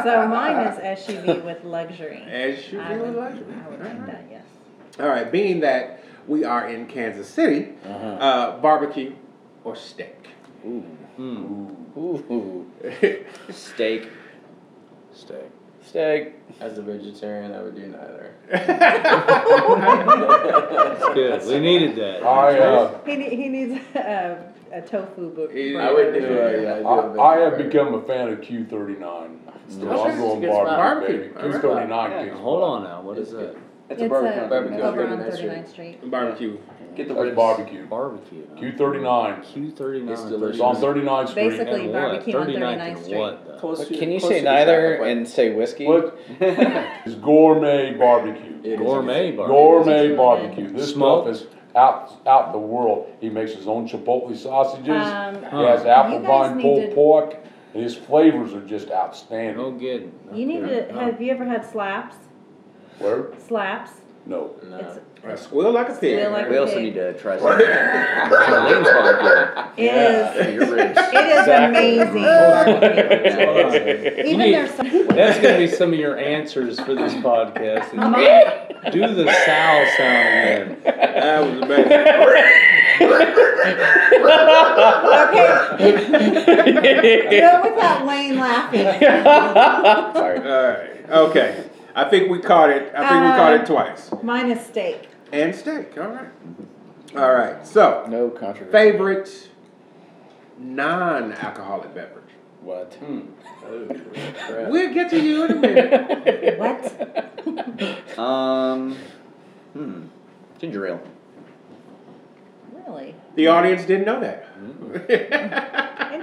So mine is SUV with luxury. As you I feel would, luxury. I would like that, yes. All right. Being that we are in Kansas City, uh barbecue or steak? Ooh, Steak. steak. Steak. As a vegetarian, I would do neither. That's good. We needed that. I, uh, He, ne- he needs a, a tofu book. He- I would do. Uh, yeah, I, I, do a I have vegetarian. become a fan of Q thirty-nine. So Okay. I'm going It's a good barbecue, spot. baby. Barbecue. Q thirty-nine Yeah, kicks hold butt. on now. What is that? It's a It's barbecue. a, barbecue. over on 39th Street. 39th Street. Barbecue. Get the That's ribs. barbecue. Barbecue. Q thirty-nine. Q thirty nine. It's delicious. It's on thirty-ninth Street. Basically- And what? Barbecue on 39th 39th and Street. what, though? Close But to- can you close say to neither Chicago. and say whiskey? What? It's gourmet barbecue. It is- Gourmet barbecue. Gourmet barbecue. This stuff Smoked? is out, out in the world. He makes his own chipotle sausages. Um, He has apple You guys vine need pulled to- pork. And his flavors are just outstanding. No kidding. You need to, have you ever had slaps? Where? Slaps? No. No. It's, Uh, squeal like a pig. Squeal like- We also need to try some Limbs barbecue. it is, Your ribs. it is Exactly. amazing. You Even need- there's some, That's going to be some of your answers for this podcast. mine, is Do the sow sound in that was amazing. okay, do it without Wayne laughing. All right. Okay. I think we caught it. I think we caught it Uh, twice. Mine is steak. And steak. All right. All right. So, No controversy. favorite non-alcoholic beverage. What? We'll get to you in a minute. What? Um, hmm. Ginger ale. Really? the audience didn't know that. Mm.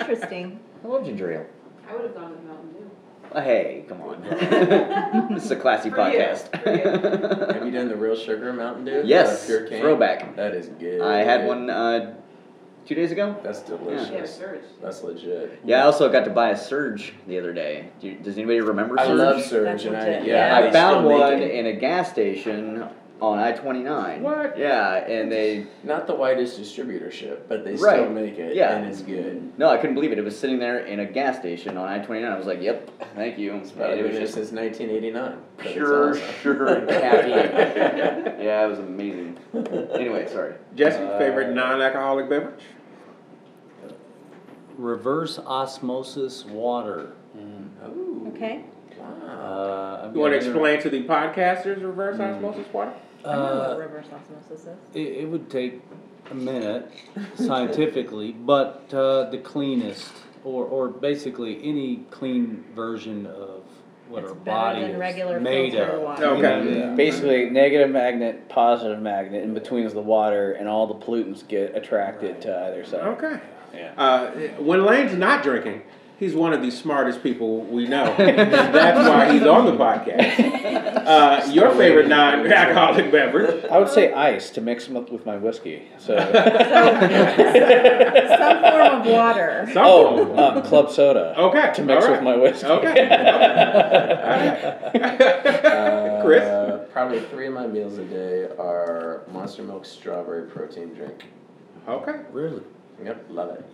Interesting. I love ginger ale. I would have gone with Mountain Dew. Uh, Hey, come on. this is a classy For you, podcast. Have you done the real sugar Mountain Dew? Yes, Uh, pure cane? throwback. That is good. I had one uh, two days ago. That's Yeah, delicious. Surge. That's legit. Yeah, I also got to buy a Surge the other day. Do you, does anybody remember I Surge? love That's Surge, and I, legit. yeah, I they found still make one it. in a gas station on I twenty nine. What? Yeah, and they Not the widest distributorship, but they still Right. make it, Yeah. and it's good. no, I couldn't believe it. It was sitting there in a gas station on I twenty nine. I was like, "Yep, thank you." It's And probably it was been there just since 1989. but it's pure awesome. sugar and caffeine. yeah, it was amazing. Anyway, sorry. Jesse, favorite non-alcoholic beverage? Reverse osmosis water. Ooh. Okay. Uh, I've You want to got- explain to the podcasters reverse osmosis water? I know what Uh, reverse osmosis is. it, it would take a minute Uh, scientifically, but uh, the cleanest, or, or basically any clean version of what It's our better body than is regular made filtered of. water. you know? Okay. Yeah. Basically, negative magnet, positive magnet. In between is the water, and all the pollutants get attracted to either side. Okay. Yeah. Uh, when Lane's not drinking, he's one of the smartest people we know. That's why he's on the podcast. Uh, your favorite non-alcoholic beverage? I would say ice to mix them up with my whiskey. So, Some form of water. Some oh, form. uh, club soda. Okay, To mix all right. with my whiskey. okay. Chris. Uh, probably three of my meals a day are Monster Milk strawberry protein drink. Okay. Really? Yep, love it.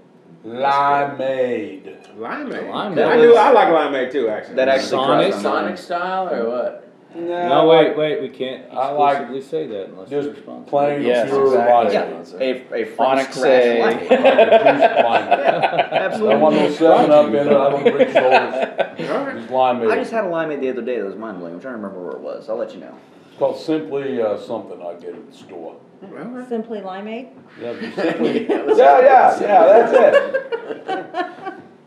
Limeade. Limeade. Limeade. I do. I like limeade too, actually. That actually Sonic? crossed my mind. Sonic style or what? No, wait, wait, we can't I like- exclusively say that unless Just we're responsible. plain Yes, pure exactly. limeade. A, a from Onyx scratch say- limeade. I don't want no seven up in it. I don't drink sodas. Just limeade. I just had a limeade the other day that was mind blowing. I'm trying to remember where it was. I'll let you know. It's called simply uh, something I get at the store. Simply limeade? Uh, Yeah, just simply. yeah, yeah, yeah. That's it.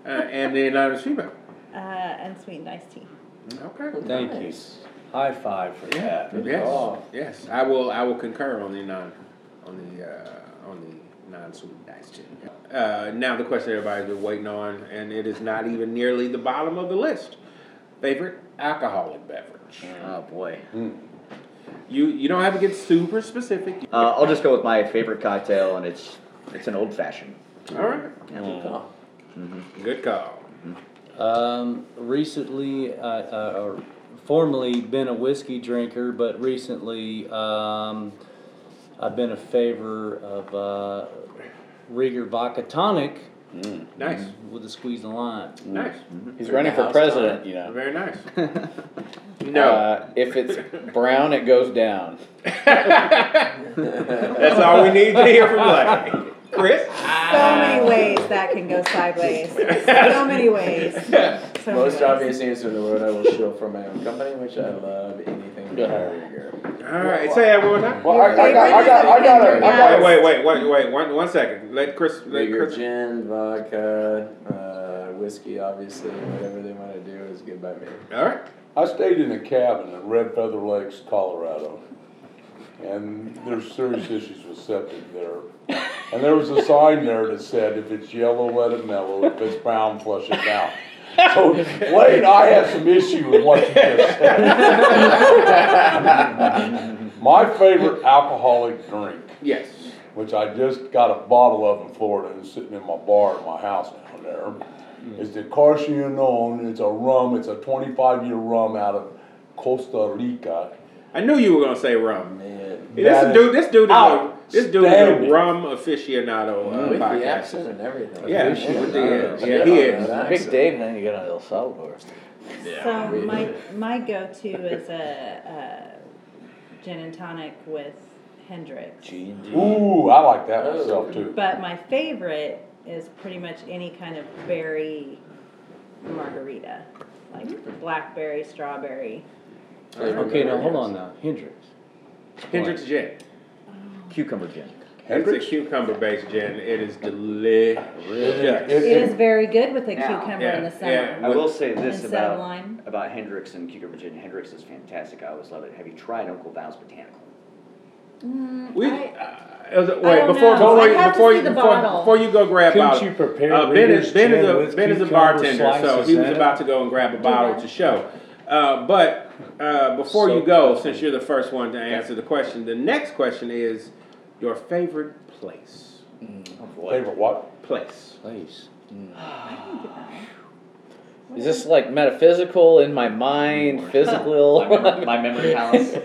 Uh, and the anonymous feedback. Uh, and sweetened iced tea. Okay. Thank you. High five for Yeah. that. Yes. Yes. I will. I will concur on the non, on the uh, on the non-sweet dice chip. Uh, now the question everybody's been waiting on, and it is not even nearly the bottom of the list. Favorite alcoholic beverage. Oh boy. You you don't have to get super specific. Uh, I'll just go with my favorite cocktail, and it's it's an old fashioned. All right. Oh. Good call. Um, recently, uh, uh, or formerly been a whiskey drinker, but recently um, I've been a favor of uh, Rieger Vodka Tonic Nice. with a squeeze of lime. Nice. He's running for president, you know. Very nice. No, Uh, if it's brown, it goes down. that's all we need to hear from Blake. Chris. So many ways that can go sideways. So many ways. So many Most ways. obvious answer in the world I will shill for my own company, which I love anything Good. Tiger. All right. Say that one more time. Well, I, I got, I got, I got, a, I got Wait, a, wait, wait, wait, wait. One, one second. Let Chris. Let Rieger Chris. gin, vodka, uh, whiskey, obviously. Whatever they want to do is good by me. All right. I stayed in a cabin in Red Feather Lakes, Colorado, and there's serious issues with septic there. And there was a sign there that said, "If it's yellow, let it mellow. If it's brown, flush it down." So, Wade, I have some issue with what you just said. My favorite alcoholic drink, Yes. which I just got a bottle of in Florida and it's sitting in my bar at my house down Mm-hmm. there, is the Carcianon. It's a rum. It's a 25-year rum out of Costa Rica. I knew you were gonna say rum. Man, This That dude. This dude is a, this dude is a outstanding. rum aficionado uh, with the accent podcast. and everything. Uh, Yeah, with the- yeah, he is. Big Dave, and then you get on El Salvador. So we- my my go-to is a, a gin and tonic with Hendrix. Ooh, I like that myself too. But my favorite is pretty much any kind of berry margarita, like blackberry, strawberry. Okay, now hold on now. Hendrix. Hendrix gin. Cucumber gin. It's a cucumber based gin. It is delicious. It is very good with a Yeah. cucumber in Yeah, the summer. yeah. I will say this Instead of about lime. about Hendrix and Cucumber gin. Hendrix is fantastic. I always love it. Have you tried Uncle Val's Botanical? Mm, We. I- uh, Wait, don't before know. before I'd you have to before see you the before, bottle. before you go grab Couldn't bottle, you prepare uh, Ben Reader's is Ben is Gin a with Ben is a cucumber bartender, so slices he was in it? about to go and grab a bottle to show. Uh, but uh, before So you go, touching. since you're the first one to answer the question, the next question is your favorite place. Favorite what? Place. Place. Is this like metaphysical in my mind, physical? My, mem- my memory palace. um,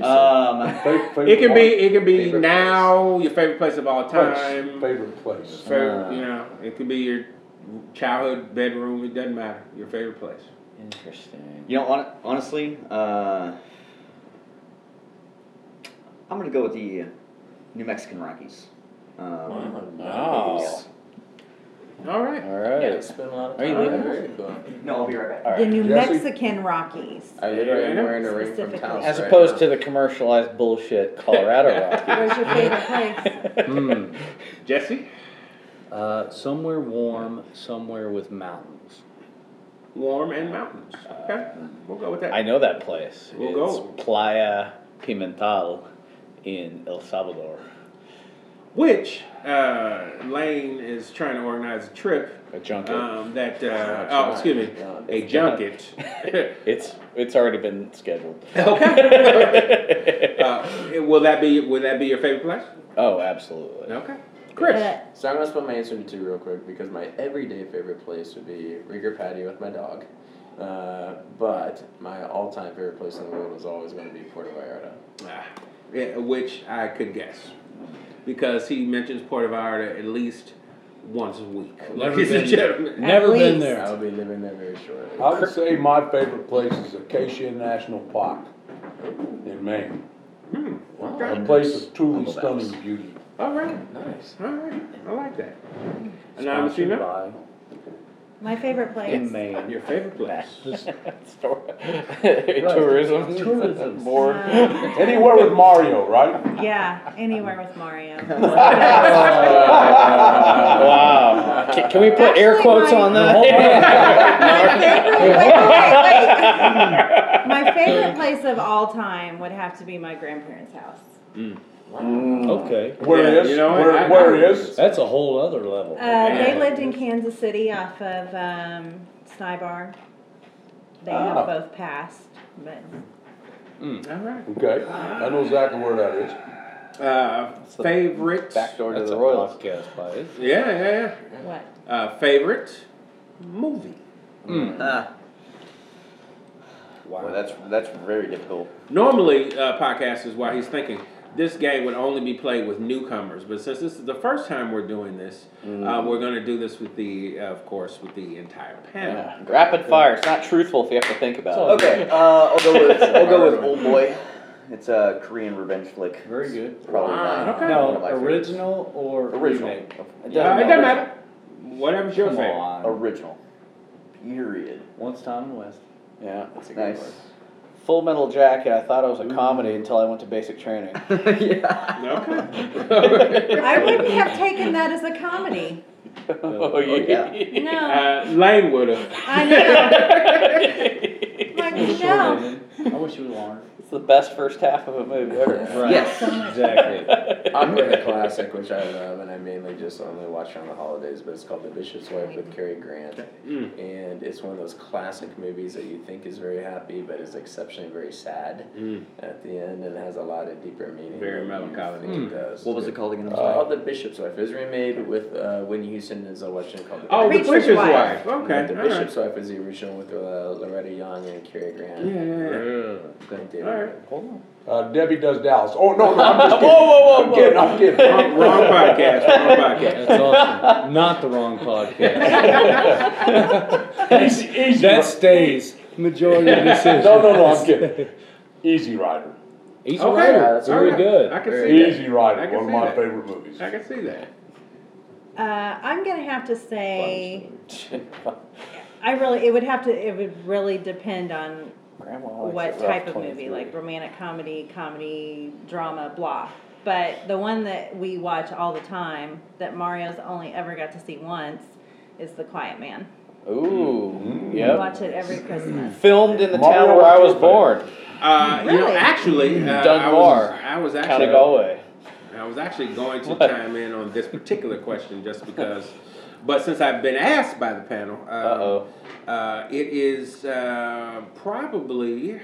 Fa- Favorite It can be it can be Favorite now your favorite place of all place. time. Favorite place. Favorite, Ah. you know, it could be your childhood bedroom. It doesn't matter. Your favorite place. Interesting. you know, hon- honestly, uh, I'm gonna go with the New Mexican Rockies. Um, Wow. All right. All right. Yeah, spend a lot of Are you time. leaving? Very cool. No, I'll be right back. The New Jesse? Mexican Rockies. I literally am wearing a ring from Specifically. Taos. As right opposed now. to the commercialized bullshit Colorado Rock. Where's your favorite place? Hmm. Jesse? Uh, somewhere warm, somewhere with mountains. Warm and mountains. Okay. Uh, We'll go with that. I know that place. We'll it's go. Playa Pimental in El Salvador. Which uh, Lane is trying to organize a trip A junket. um, that, Ah, uh, Not oh, trying. excuse me, No, a junket. uh, it's it's already been scheduled. Uh, will that be Will that be your favorite place? oh, absolutely. Okay. Chris. But So I'm gonna split my answer into two real quick because my everyday favorite place would be Rieger Patio with my dog, uh, but my all-time favorite place in the world is always gonna be Puerto Vallarta. Ah, yeah, which I could guess. Because he mentions Puerto Vallarta at least once a week. Never Ladies and been there. gentlemen. Never been least. there. I'll be living there very shortly. I would say my favorite place is Acacia National Park in Maine. A place of truly Humble stunning Bells. beauty. Hmm, All right, Nice. all right. I like that. Anonymous email. by My favorite place. Um, in Maine. Your favorite place. Tourism. Tourism. Board. Um, Anywhere with Mario, right? yeah, anywhere with Mario. Uh, Wow. Can, can we put air Actually, quotes my- on that? My favorite, wait, wait, wait, wait. My favorite place of all time would have to be my grandparents' house. Mm. Okay. Where Yeah, is, you know what? where, I- where I- is? That's a whole other level. Uh, they lived in Kansas City off of um, Snybar. They Ah. have both passed, but All right. Okay, I know exactly where that is. Uh, favorite. Back door to That's the a Royals. podcast by it. Yeah, yeah, what? yeah. Uh, favorite movie. Ah. Boy, that's that's very difficult. Normally, uh, podcasters, while he's thinking, this game would only be played with newcomers, but since this is the first time we're doing this, uh, we're going to do this with the, uh, of course, with the entire panel. Rapid fire. It's not truthful if you have to think about it. Okay, uh, I'll go with I'll go with Old Boy. It's a Korean revenge flick. Very good. Probably Wow, my- okay. one of Now, my favorites. original or Original. remake? It Uh, it doesn't doesn't matter. matter. Whatever's your Come favorite. on. Original. Period. Once Tom and West. Yeah, that's a good Nice. word. Full Metal Jacket. I thought it was a comedy until I went to basic training. yeah. Okay. I wouldn't have taken that as a comedy. Oh, yeah. No, uh, Lane would have. I know. Like no, I wish it was longer. It's the best first half of a movie ever. Right. Yes. Exactly. I'm with a classic which I love and I mainly just only watch on the holidays, but it's called The Bishop's Wife with Cary Grant. Mm. And it's one of those classic movies that you think is very happy but is exceptionally very sad Mm. at the end and has a lot of deeper meaning. Very than you melancholy. think it does. What was it called again? I'm sorry. Uh, the Bishop's Wife. It was remade with uh, Whitney Houston as a Western called. The Oh, Bishop's the Preacher's preacher's wife. Wife. Okay. The all right. Bishop's Wife is the original with uh, Loretta Young and Cary Grant. Yeah, yeah, yeah. Then David. All right. Uh, Debbie Does Dallas. Oh, no, no, I'm just kidding. whoa, whoa, whoa. I'm kidding, I'm kidding. Wrong, wrong podcast. Wrong podcast. That's awesome. Not the wrong podcast. Easy, easy. That stays. Majority of this Ri- is. No, no, no, I'm kidding. Easy Rider. He's Okay. a writer. that's Very all right. I good. can see Easy I Rider, can one of see my that. favorite movies. that. I can see that. uh, I'm gonna have to say I really it would have to it would really depend on Grandma likes what it rough, type of movie, 23. like romantic comedy, comedy, drama, blah. But the one that we watch all the time that Mario's only ever got to see once is The Quiet Man. Ooh. We Yep. watch it every Christmas. Filmed in the Mm. Mario town where I was Lopez. born, Uh, You know, Really? actually, uh, I was, Dunbar, I was County actually Galway. I was actually going to chime in on this particular question just because, but since I've been asked by the panel, Uh-oh. uh, uh, it is uh, probably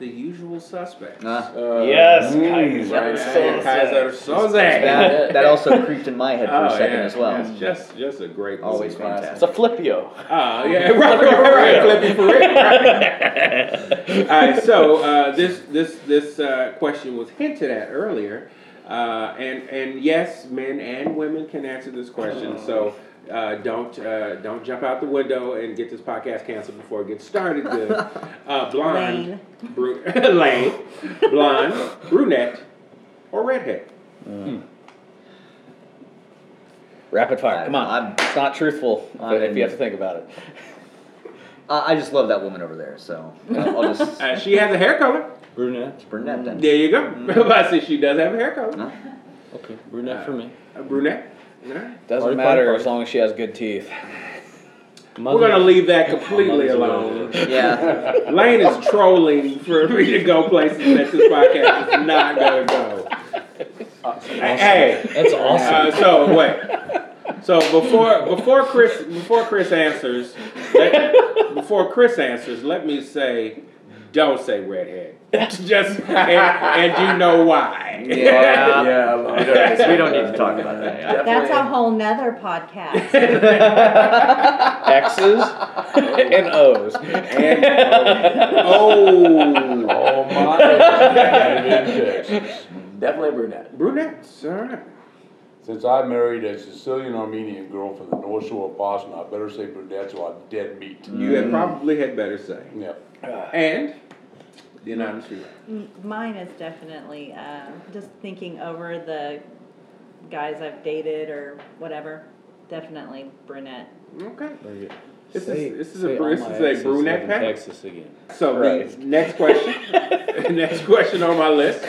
the usual suspects. Ah. Oh, Uh, yes. Mm. Right, Kaiser. Kaiser Soze. that, that also creeped in my head for a Oh, second yeah, as well. yes, just, just a great movie. Always It's a fantastic. Flippio. Oh, yeah, right, right, right, right. Flippy for real. right. All right, so uh, this this this uh, question was hinted at earlier, uh, and and yes, men and women can answer this question. So. Uh, don't uh, don't jump out the window and get this podcast canceled before it gets started. Good, uh, blonde, bru- lane, blonde, brunette, or redhead. Rapid fire. I- Come on. I'm- It's not truthful I'm if you in- have to think about it. I, I just love that woman over there, so I'll, I'll just. Uh, she has a hair color. Brunette. Burnett then. There you go. I see she does have a hair color. Huh? Okay. Brunette for me. A brunette. All right. Doesn't Party, matter party, as long as she has good teeth. We're gonna leave that completely alone. Yeah. Lane is trolling for me to go places that this podcast is not gonna go. Hey, That's awesome. uh, so wait. So before before Chris before Chris answers, let, before Chris answers, let me say, don't say redhead. Just and, and you know why. Yeah. Yeah. We don't- we don't need to talk about that. yeah. That's a whole nother podcast. X's and O's. Oh, Oh, my. God. That is Texas. Definitely brunette. brunettes. All right. Since I married a Sicilian Armenian girl from the North Shore of Boston, I better say Bernadette, I'm dead meat. You had probably had better say. Yep. And the anonymous shooter. M- Mine is definitely um, just thinking over the guys I've dated or whatever. Definitely brunette. Okay. Very good. This is- Say- this is a say bru- all this my is a exes live brunette in pack? Texas again. So Right. the next question, next question on my list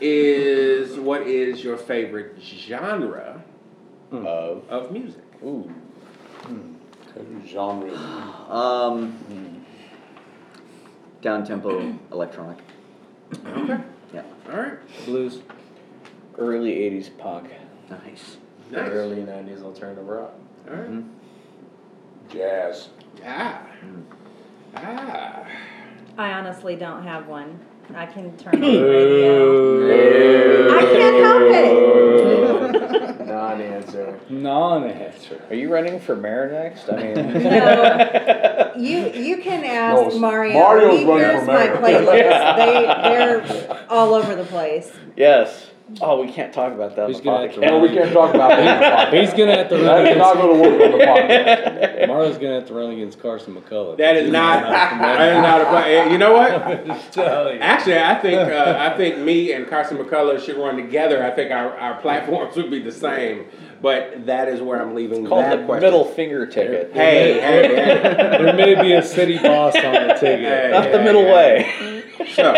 is what is your favorite genre Hmm. Of. of music? Ooh. Every genre. Um, Hmm. down tempo electronic. Okay. Yeah. All right. Blues. Early 80s punk. Nice. Nice. Early '90s alternative rock. All right. Mm-hmm. Jazz. Ah. Ah. I honestly don't have one. I can turn on the radio. I can't help it. Non-answer. Non-answer. Are you running for mayor next? I mean, No, you you can ask No, Mario. Mario's he running hears for my mayor. playlist. They they're all over the place. yes. Oh, we can't talk about that. He's on gonna the have to podcast. No, we can't talk about that. He's gonna have to run That's not against. gonna work on the podcast. Mario's gonna have to run against Carson McCullough. That is not. that is not a. plan. You know what? Just tell you. Actually, I think uh, I think me and Carson McCullough should run together. I think our, our platforms would be the same. But that is where I'm leaving Called that the question. middle finger ticket. Hey, hey, hey, There may be a city boss on the Hey. ticket. Not the middle way. So,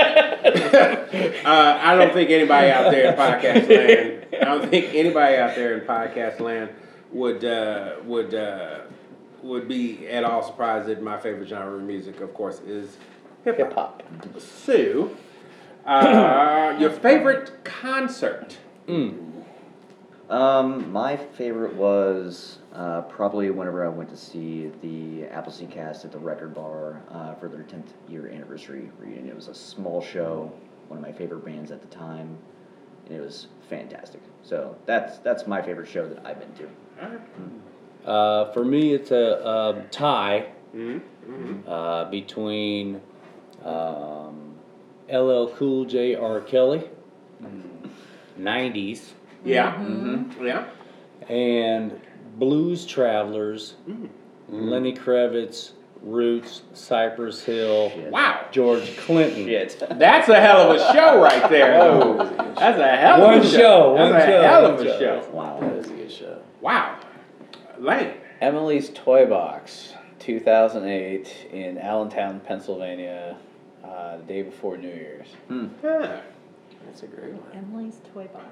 uh, I don't think anybody out there in podcast land, I don't think anybody out there in podcast land would uh, would uh, would be at all surprised that my favorite genre of music, of course, is hip Hip hop. hop. So, uh, your favorite concert? Um, my favorite was uh, probably whenever I went to see the Appleseed Cast at the Record Bar uh, for their 10th year anniversary reunion. It was a small show, one of my favorite bands at the time, and it was fantastic. So that's that's my favorite show that I've been to. Uh, for me, it's a, um tie uh, between um, LL Cool J, R. Kelly, '90s, Yeah, Mm-hmm. yeah. and Blues Travelers, Mm. Lenny Kravitz, Roots, Cypress Hill, Wow, George Clinton. Shit. that's a hell of a show right there. That's a hell One of a show, That's one a show, hell of one a show. show. That Wow. is a good show. Wow, Lane. Emily's Toy Box, 2008, in Allentown, Pennsylvania, uh, the day before New Year's. Mm-hmm. Huh. That's a great one. Emily's toy box.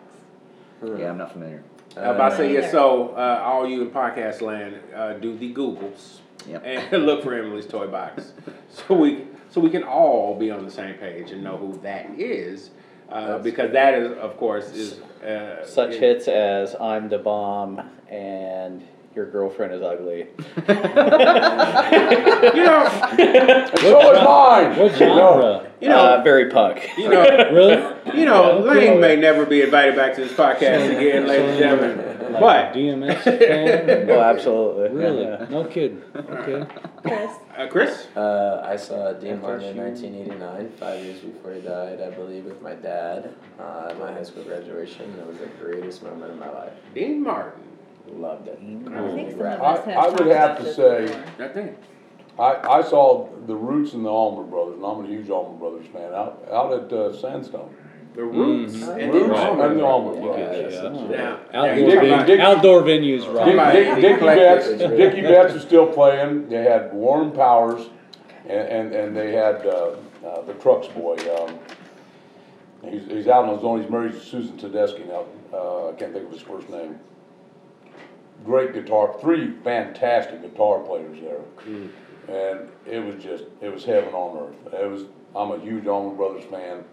Yeah, I'm not familiar. I was about to say yes. Neither. So uh, all you in podcast land, uh, do the Googles Yep. and look for Emily's Toy Box, so we so we can all be on the same page and know who that is, uh, because that is of course is uh, Such it- hits as I'm the Bomb and Your Girlfriend is Ugly. You know, So is mine. What genre? you know, uh, very punk. you know, Really? you know. Lane may never be invited back to this podcast again, ladies and gentlemen. But DMX fan? Oh, absolutely. Really? Yeah. No kidding. Okay. Chris, uh, Chris, Uh, I saw Dean Martin in 1989, five years before he died, I believe, with my dad uh, at my high school graduation. It was the greatest moment of my life. Dean Martin, Loved it. I think some of I- us have I would talked about have to this say- before. I think. I, I saw the Roots and the Allman Brothers, and I'm a huge Allman Brothers fan, out, out at uh, Sandstone. The Roots Mm-hmm. and the Roots and the Allman. Allman Brothers. Now, now Outdoor, you talking Dick- ven- about- Dick- outdoor venues, Dick, right? Dick- Dick, Dickie Eclectic Betts, is really- Dickie Betts is still playing. They had Warren Powers, and, and, and they had uh, uh, the Trucks boy. Um, he's, he's out on his own. He's married to Susan Tedeschi now. Uh, I can't think of his first name. Great guitar, three fantastic guitar players there, and it was just it was heaven on earth. It was. I'm a huge Allman Brothers fan.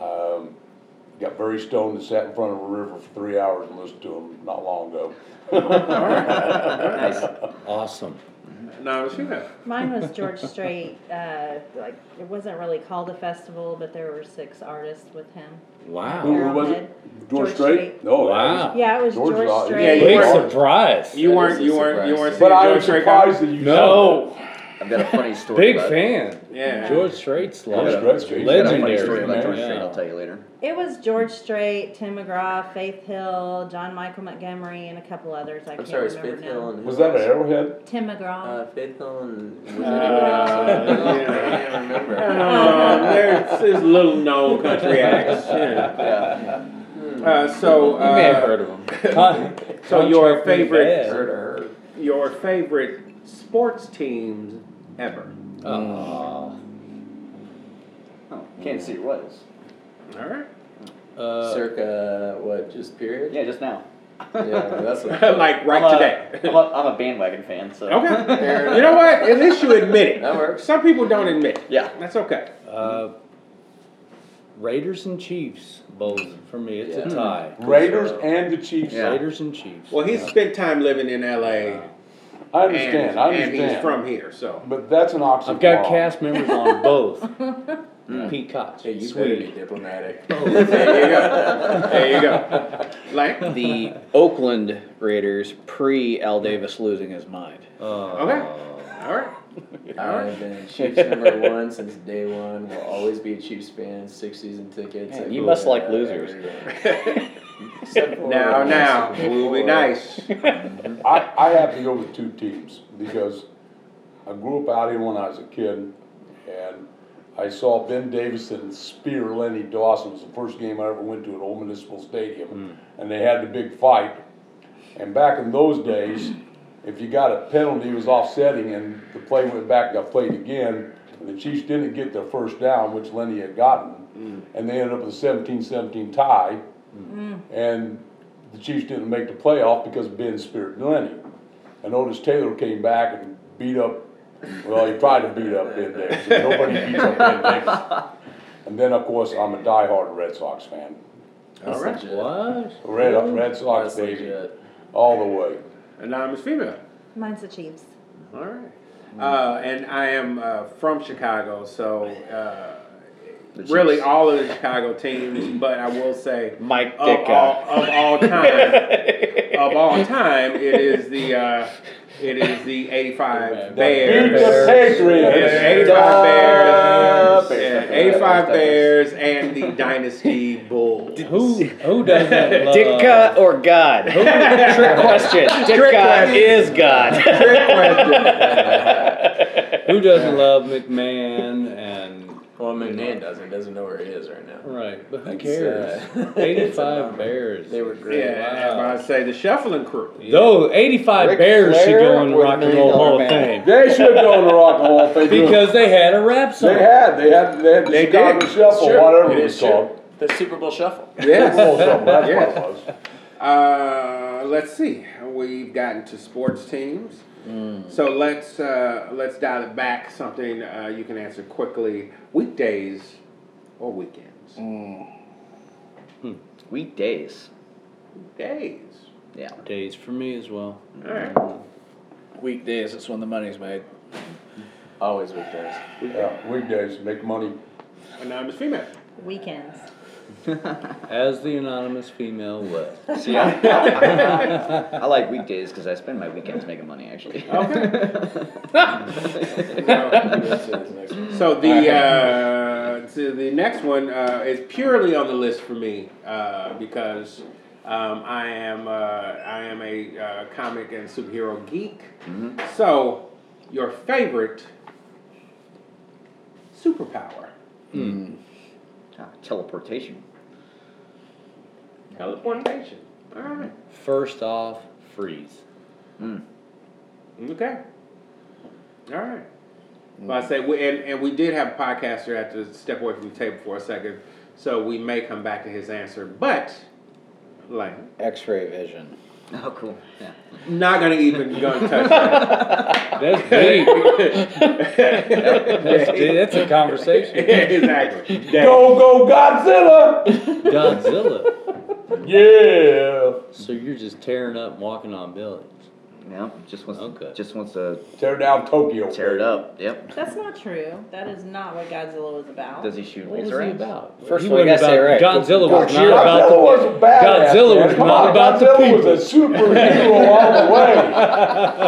Um, got very stoned and sat in front of a river for three hours and listened to them not long ago. Awesome. No, she knows. Mine was George Strait. Uh, like it wasn't really called a festival, but there were six artists with him. Wow. Who, who was Arrowhead. it? George George Strait? Strait. No. Wow. Yeah, it was George George, Law- Strait. Yeah, you Big were- surprise. You That weren't. is a You weren't. You weren't. surprise. You weren't. But I seeing was George Strait surprised that you No. said I've got a funny story. Big about fan. Yeah. George Strait's George love. Strait's great. I've got a funny story Legendary. about George Yeah. Strait. I'll tell you later. It was George Strait, Tim McGraw, Faith Hill, John Michael Montgomery, and a couple others. I I'm can't sorry, it's remember Faith now. Hill and who Was that an else? arrowhead? Tim McGraw. Uh, Faith Hill and. I yeah. can't remember. Oh, there's this little known country acts. Yeah. Yeah. Uh, so, You may have uh, heard of him. Con- so Contract your with favorite, Ed. Heard of her. your favorite sports teams ever. Aw. Oh, Kansas City Royals. All right. Uh, Circa, what, just period? Yeah, just now. Yeah, that's what. like right I'm a- today. I'm a, I'm a bandwagon fan, so. Okay. you know what? At least you admit it. That works. Some people don't admit. it. Yeah. That's okay. uh, Raiders and Chiefs bowls for me. It's Yeah. a tie. Hmm. Raiders and the Chiefs. Yeah. Raiders and Chiefs. Well, he's spent time living in L.A. I and, understand. I and understand. he's from here, so. But that's an oxymoron. I've Hmm. got cast members on both. Pete Cox, Hey, you better be Sweet. diplomatic. There you go. There you go. Like, The Oakland Raiders pre Al Davis losing his mind. Uh, okay. All right. I've been a Chiefs number one since day one. Will always be a Chiefs fan. Six season tickets. Man, I you go must there like losers. every day. Except for- Now, now, we'll be for- nice. I, I have to go with two teams because I grew up out here when I was a kid, and I saw Ben Davison spear Lenny Dawson. It was the first game I ever went to at Old Municipal Stadium, and they had the big fight. And back in those days, if you got a penalty, it was offsetting, and the play went back and got played again. And the Chiefs didn't get their first down, which Lenny had gotten, and they ended up with a 17-17 tie. And the Chiefs didn't make the playoff because Ben speared Lenny. And Otis Taylor came back and beat up, well, he tried to beat up Ben Davis. and Nobody beats up Ben Davis. And then, of course, I'm a diehard Red Sox fan. That's Alright. legit. what? Red, Red Sox, That's baby, legit. all the way. Anonymous female. Mine's the Chiefs. All right. Uh, and I am uh, from Chicago, so uh, The Chiefs. really all of the Chicago teams, but I will say Mike of Ditka. all, of all time, of all time, it is the uh, it is the '85 Beat Bears. the Yes, Patriots. 85 Bears, Bears. yeah, 85 Bears, and the Dynasty Bulls. Who who doesn't love? Ditka or God? Trick question. Ditka question. is God. Who doesn't love McMahon and Well, McMahon doesn't doesn't know where he is right now. right? But who It's, cares? uh, it's a Eighty-five number. Bears. They were great. Yeah, Wow. I say the shuffling crew. Though eighty-five Ric Bears should Flair go in the or Rock and Million Roll Dollar Hall of Man? Fame They should go in the Rock and Roll if they do. because they had a rap They song. had, they had, they had the They Chicago did. Shuffle, Sure. whatever It it is was true. called. The Super Bowl Shuffle. Super Bowl Shuffle, that's what it Yes. was. Uh, let's see. We've gotten to sports teams. So let's uh, let's dial it back. Something uh, you can answer quickly: weekdays or weekends? Weekdays. Days. Yeah. Days for me as well. All right. Weekdays, that's when the money's made. Always weekdays. Yeah, weekdays, make money. Anonymous female. Weekends. As the anonymous female was. See, I, I like weekdays because I spend my weekends making money, actually. So the uh, so the next one uh, is purely on the list for me uh, because um, I am uh, I am a uh, comic and superhero geek. So your favorite superpower? Ah, teleportation. Teleportation. All right. First off, freeze. Okay. All right. Well, I say, we, and, and we did have a podcaster have to step away from the table for a second, so we may come back to his answer, but like X ray vision. Oh, cool. Yeah. not gonna even gonna touch that. That's deep. That's, deep. That's a conversation. exactly. Go, go, Godzilla! Godzilla. Yeah. So you're just tearing up and walking on buildings. No, just wants Okay. just wants to Tear down Tokyo. tear it baby. up. Yep. That's not true. That is not what Godzilla was about. Does he shoot What was laser he eyes? about? First He of all, you wasn't gotta about- say it Godzilla right. was Godzilla not about the was a badass. Godzilla man. was Come not on, about the Godzilla was a superhero all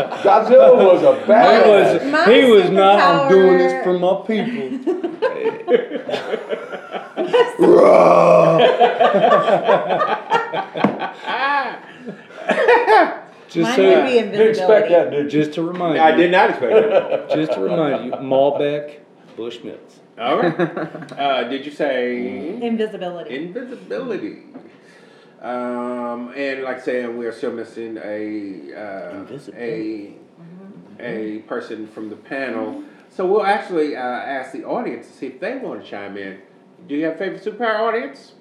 the way. Godzilla was a He was, badass. My he was not, I'm doing superpower- this for my people. just, Mine would be so, Didn't expect invisibility. that, did you? just to remind you, I did not expect that. just to remind you, Malbec, Bush Mills. All right. Uh, did you say Invisibility. invisibility? Um, and like I said, we are still missing a uh, a a person from the panel. So we'll actually uh, ask the audience to see if they want to chime in. Do you have a favorite superpower audience?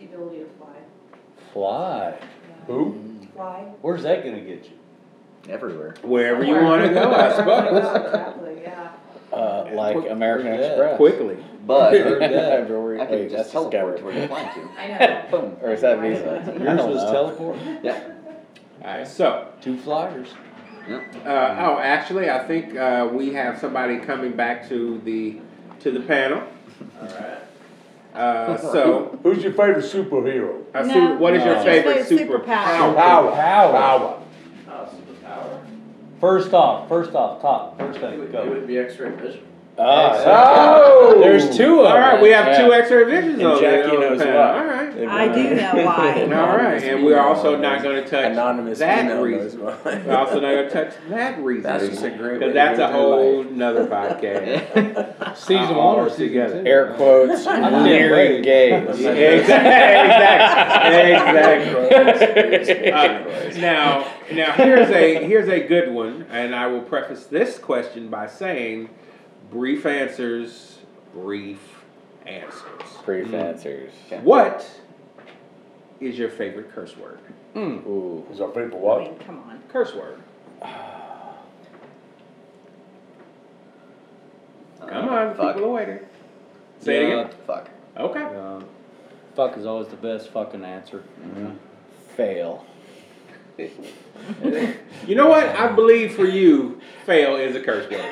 the ability to fly. Fly. Who? Fly? Where's that gonna get you? Everywhere. Wherever you want to go, I suppose. Exactly, yeah. Uh, like Quick- American yeah. Express. Quickly. But Heard that. Everywhere- I wait, can that's just teleport to Discovery. where you want to. I know. Boom. Or is that Visa? Yours don't was know. teleport. Yeah. All right. So. Two flyers. yeah. Uh, oh, actually, I think uh, we have somebody coming back to the to the panel. Uh, so, Who's your favorite superhero? I No. see- what is your No. favorite Favorite superpower? superpower. Power. Power. Power. First off, first off, top, first thing, It go. would be X-ray vision. Ah, Oh! there's two of them. All right, we have two Yeah. X-ray visions And on the- Jackie on the knows panel. why. All right. I do know why. All right, and we're also not going to touch Anonymous that email reason. knows why. We're also not going to touch that reason. That's just a great way Because to that's go a through whole nother podcast. Season all one or are season together. two? Air quotes, can't leering wait. gaze. Yeah, exactly. exactly. Exactly. Uh, Exactly. now, now here's a here's a good one, and I will preface this question by saying, brief answers, brief answers. Hmm. Brief answers. What is your favorite curse word? Ooh. Is our favorite I what? mean, come on. Curse word. Uh, Come on, fuck. people are waiting. Say it again. Fuck. Okay. Uh, Fuck is always the best fucking answer. Fail. You know what? I believe for you, fail is a curse word.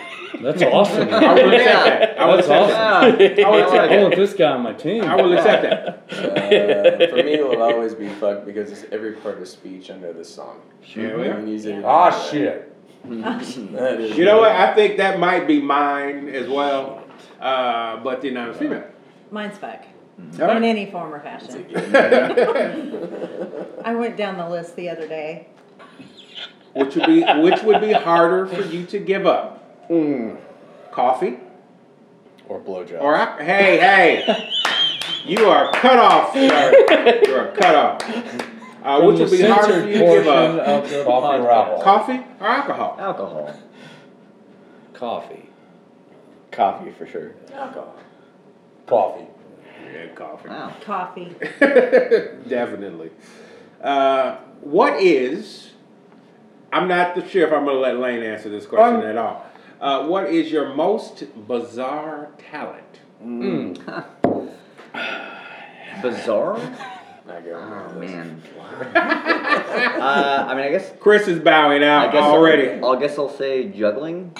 That's awesome. I I will accept that. I will That's accept awesome. that. Yeah. I will accept want this guy on my team. that. I will accept that. Uh, for me, it will always be fuck because it's every part of speech under this song. Here we You are. can use it- Ah, shit. That is- You know what? I think that might be mine as well, uh, but then I'm female. Mine's fuck. All In right. any form or fashion. I went down the list the other day. which would be which would be harder for you to give up? Coffee Or blowjob. or alcohol? Hey, hey, you are cut off, sir. You are cut off. Uh, which would be harder for you to give up? of the Coffee or podcast. alcohol? Coffee or alcohol? Alcohol. Coffee. Coffee for sure. Coffee. Yeah, coffee. Wow. Coffee. Definitely. Uh, what is? I'm not the sure if I'm gonna let Lane answer this question at all. Uh, what is your most bizarre talent? Bizarre. I go, Oh man. uh, I mean, I guess. Chris is bowing I out guess already. I'll, I guess I'll say juggling.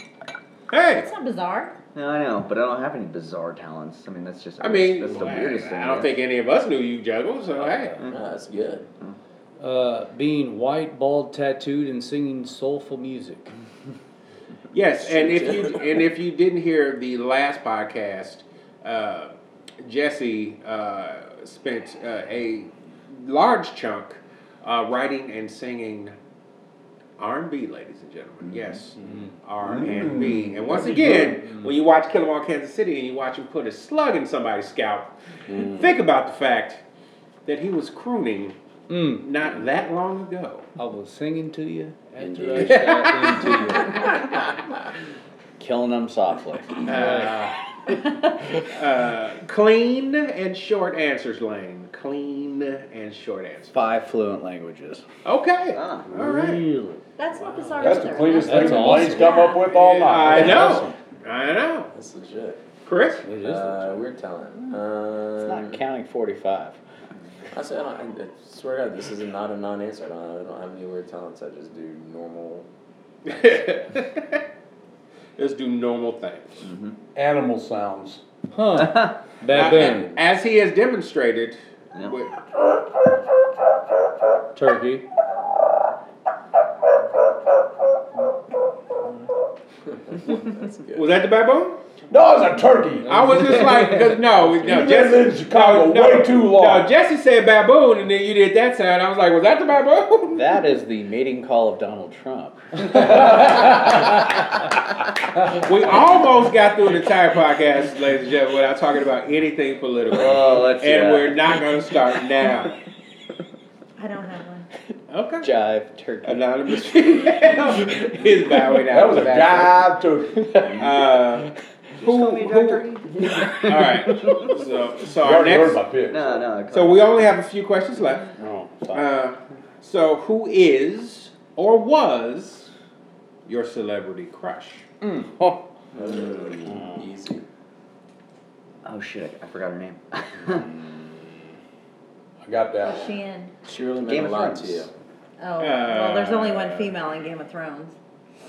Hey, That's not bizarre. No, I know, but I don't have any bizarre talents. I mean, that's just. I mean, that's the weirdest thing. I don't guess. think any of us knew you juggled, so hey. "No, that's good. Uh, being white, bald, tattooed, and singing soulful music. Yes, and if you and if you didn't hear the last podcast, uh, Jesse uh, spent uh, a large chunk uh, writing and singing R and B, ladies and gentlemen. Yes, R and B. And once again, when you watch Killer All Kansas City and you watch him put a slug in somebody's scalp, think about the fact that he was crooning Mm. not that long ago. I was singing to you after I shot into you. Killing them softly. Uh, clean and short answers, Lane. Clean and short answers. Five fluent languages. Okay. Ah. All right. That's not bizarre That's either. the cleanest thing That's that awesome. Lane's come up with all night. I know. I know. That's legit. Chris? It is. Uh, weird talent. Um, Not counting 45. I said, I, don't, I swear to God, this is not a non-answer. I don't, I don't have any weird talents. I just do normal. Let's do normal things. Animal sounds. Huh. Baboon. As he has demonstrated, Yeah. with- Turkey. was that the baboon? No, it's a turkey. I was just like, 'cause no, no, You've been Jesse, in Chicago no, no, way too long. No, Jesse said baboon, and then you did that sound. I was like, was that the baboon? That is the mating call of Donald Trump. we almost got through the entire podcast, ladies and gentlemen, without talking about anything political, Oh, let's and yeah. we're not going to start now. I don't have one. Okay. Jive turkey. Anonymous is bowing out. That was a back. dive turkey. Uh, who, who, all right. So, so You our already heard next. my pick. No, no. So we only have a few questions left. Oh, Uh, so who is or was your celebrity crush? Mm. Easy. Oh shit! I, I forgot her name. I got that. Who's she in? She really meant Game a of lot to Thrones. you. Oh, well, there's only one female in Game of Thrones.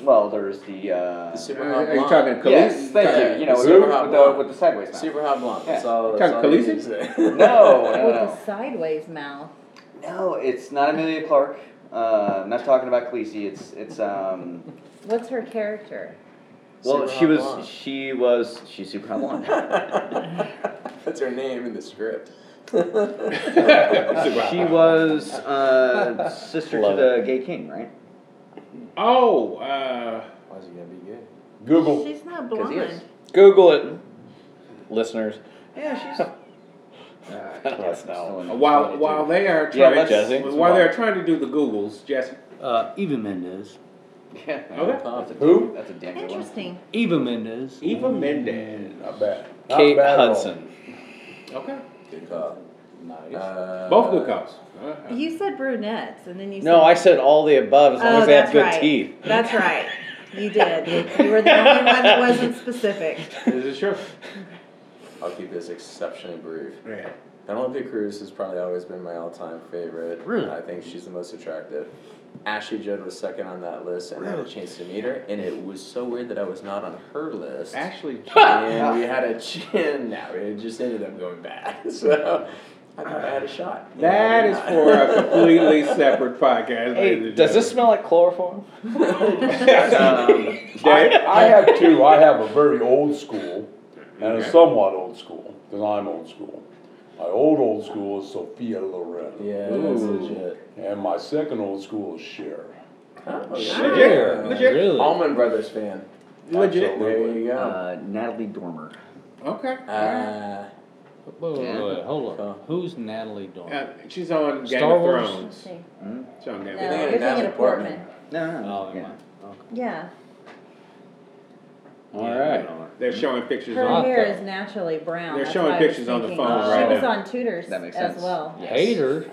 well, there's the. Uh, The super hot Are you blonde. talking Khaleesi? yes, thank you. You know, with the, Who? with the with the sideways mouth. Super hot blonde. That's Yeah. all. Talking That's all you Khaleesi? need to say. No, no, With no. the sideways mouth. No, it's not Amelia Clark. Uh, I'm not talking about Khaleesi. It's it's um. What's her character? Well, Super she hot was blonde. she was she's super hot blonde. That's her name in the script. she was uh, sister Love to the gay king, right? Oh, uh, Why's he gonna be good? Google. She's not 'Cause he blonde. is. Google it, listeners. Yeah, she's. Yes, no. Oh, while while they are Yeah, trying let's- Jesse. while they are trying to do the Googles, Jesse. Uh, Eva Mendes. Yeah. Okay. That's a, Who? That's a damn good one. Interesting. Eva Mendes. Eva Mendez. Not bad. Not Kate bad at all. Hudson. Okay. Good call. Nice. Uh, Both good calls. Uh, You said brunettes, and then you said. No, I said all the above as long Oh, as they have that's good right. teeth. That's right. You did. You were the only one that wasn't specific. Is it true? I'll keep this exceptionally brief. Yeah. Penelope Cruz has probably always been my all-time favorite. Really? I think she's the most attractive. Ashley Judd was second on that list, and I had a chance to meet her, and it was so weird that I was not on her list. Ashley. and we had a chin. Now it just ended up going bad. So I thought I had a shot. That is for a completely separate podcast. ladies Hey, and does this smell like chloroform? Um, gentlemen. I have two. I have a very old school and a somewhat old school, because I'm old school. My old, old school is Sophia Loren. Yeah, that's legit. And my second old school is Cher. Oh, Legit. Legit. Really? Oh. Almond Brothers fan. Legit. Absolutely. There you go. uh, Natalie Dormer. Okay. Uh, uh, Whoa, whoa, whoa, whoa, hold Huh. on. Who's Natalie Dormer? Uh, she's on Game Star of Wars? Let's Thrones. see. She's on No, Game of thinking of you're thinking Natalie of Portman. No, no, no. Oh, yeah. yeah. Yeah. All right. They're showing pictures Her on. Hot, hair though. is naturally brown. They're That's showing why I was pictures on the thinking- phone right She was now. on Tutors That makes as sense. well. Yes. Hater.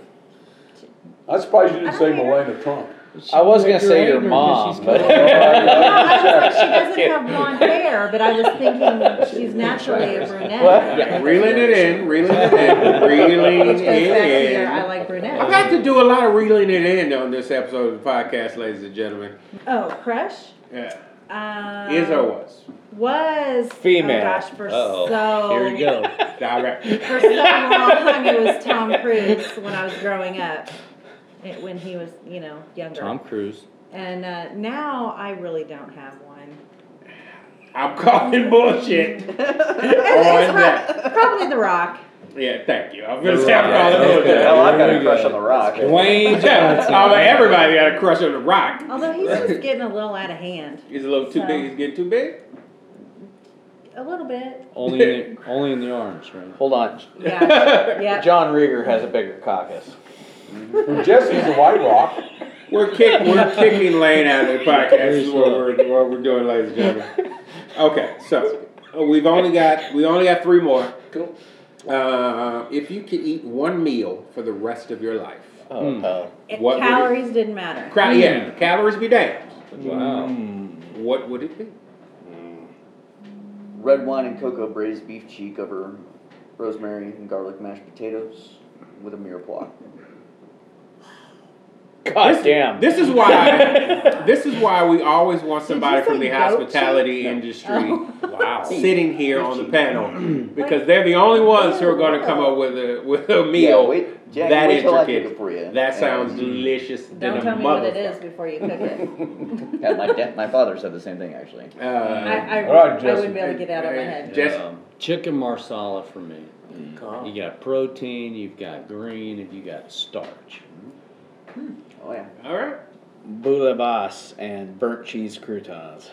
I'm surprised you didn't I say don't either. Melania Trump. I was gonna say your hater 'cause mom, she's but No, I was like, she doesn't have blonde hair, but I was thinking she's naturally a brunette. Yeah, reeling it in, reeling it in, reeling Which goes back to it your in. I like I've brunettes. had to do a lot of reeling it in on this episode of the podcast, ladies and gentlemen. Oh, crush? Yeah. Um, Is or was? Was Female. Oh gosh, for Uh-oh. so Here we go. Direct. for so long it was Tom Cruise when I was growing up, it, when he was you know younger. Tom Cruise. And uh, now I really don't have one. I'm calling bullshit on Oh, It's prob- that. probably The Rock. Yeah, thank you. I'm gonna say I'm calling Okay. bullshit. Hell, I've got Here a we crush go. on the rock. Dwayne Johnson. Oh, but everybody got a crush on the rock. Although he's just getting a little out of hand, He's a little too So. big. He's getting too big. a little bit. Only in the, only in the arms, right? hold on. Yeah, yeah. John Rieger has a bigger caucus. Jesse's a white rock. We're kick, we're kicking Lane out of the podcast. Is what we're what we're doing, ladies and gentlemen. Okay, so uh, we've only got we only got three more. Cool. Uh, if you could eat one meal for the rest of your life, Oh, hmm. um, uh, It- What would it- calories didn't matter. Oh. Cra- yeah, calories be damned. Wow. What would it be? Red wine and cocoa braised beef cheek over rosemary and garlic mashed potatoes. with a mirepoix. God this, damn. This is why. this is why we always want somebody Did you from the say goat hospitality cheese? industry Oh. wow. sitting here on the panel because they're the only ones who are going to come up with a with a meal Yeah, wait, Jack, that wait till I cook intricate. it for you. That And- sounds delicious. than Don't a tell me what it motherfucker. is before you cook it. Yeah, my da- my father said the same thing actually. I, Uh, I, All right, I Justin. wouldn't be able to get out of my head. Jess- Um, chicken marsala for me. You got protein, you've got green, and you got starch. Oh yeah, all right. Boulevas and burnt cheese croutons.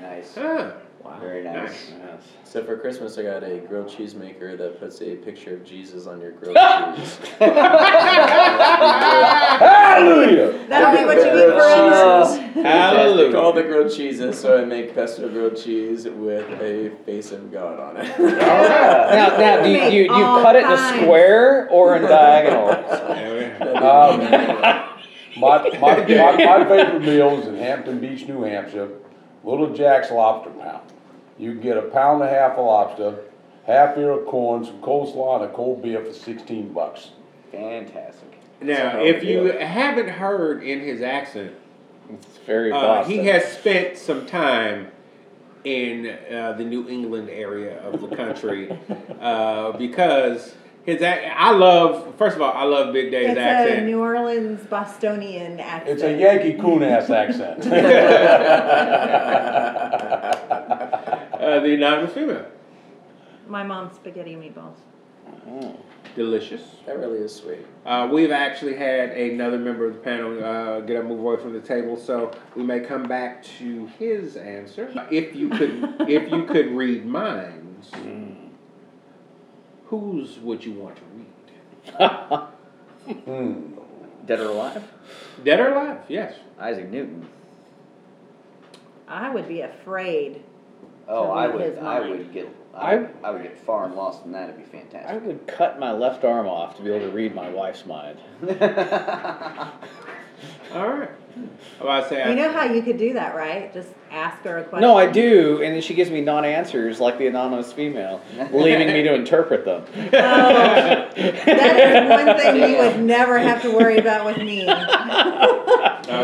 nice, Huh. very nice. Yes. So for Christmas, I got a grilled cheese maker that puts a picture of Jesus on your grilled cheese. Hallelujah! That'll be what you eat Grilled for us. cheeses. Hallelujah. Call the grilled cheeses, so I make pesto grilled cheese with a face of God on it. Now, now do you, you, you All cut it in a kinds. square or in diagonal? Oh, My, my, my, my favorite meal is in Hampton Beach, New Hampshire, Little Jack's Lobster Pound. You can get a pound and a half of lobster, half ear of corn, some coleslaw, and a cold beer for sixteen bucks. Fantastic. Now, if you haven't heard in his accent, It's very uh, Boston. he has spent some time in uh, the New England area of the country uh, because his ac- I love first of all I love Big Day's It's a accent. New Orleans Bostonian accent. It's a Yankee coon ass accent. uh, the anonymous female, My mom's spaghetti meatballs. delicious. That really is sweet. Uh, we've actually had another member of the panel uh, get up, move away from the table, so we may come back to his answer. If you could, if you could read minds, whose would you want to read? Hmm. Dead or alive? Dead or alive? Yes. Isaac Newton. I would be afraid. Oh, To I read would, his I mind. would get, I, I- would- I would get far and lost, and that'd be I fantastic. would cut my left arm off to be able to read my wife's mind. All right. Well, I say I- You know how you could do that, right? Just ask her a question. No, I do, and then she gives me non-answers like the anonymous female, leaving me to interpret them. Oh, that is one thing you Yeah. would never have to worry about with me. Uh,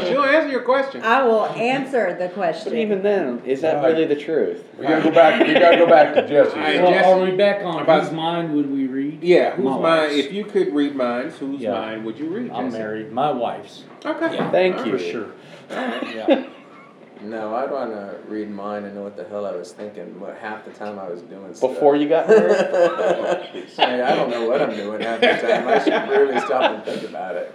she'll answer your question. I will answer the question. But even then, is that really the truth? We gotta go back. We gotta go back to Jesse. All right, Well, Jesse. are we back on About- whose mind would we read? Yeah, whose My mind? wife's. If you could read minds, whose Yeah. mind would you read? I'm Jesse? married. My wife's. Okay. Thank All you. For sure. Yeah. No, I'd want to read mine and know what the hell I was thinking. What half the time I was doing stuff. Before you got married? Like, I don't know what I'm doing half the time. I should really stop and think about it.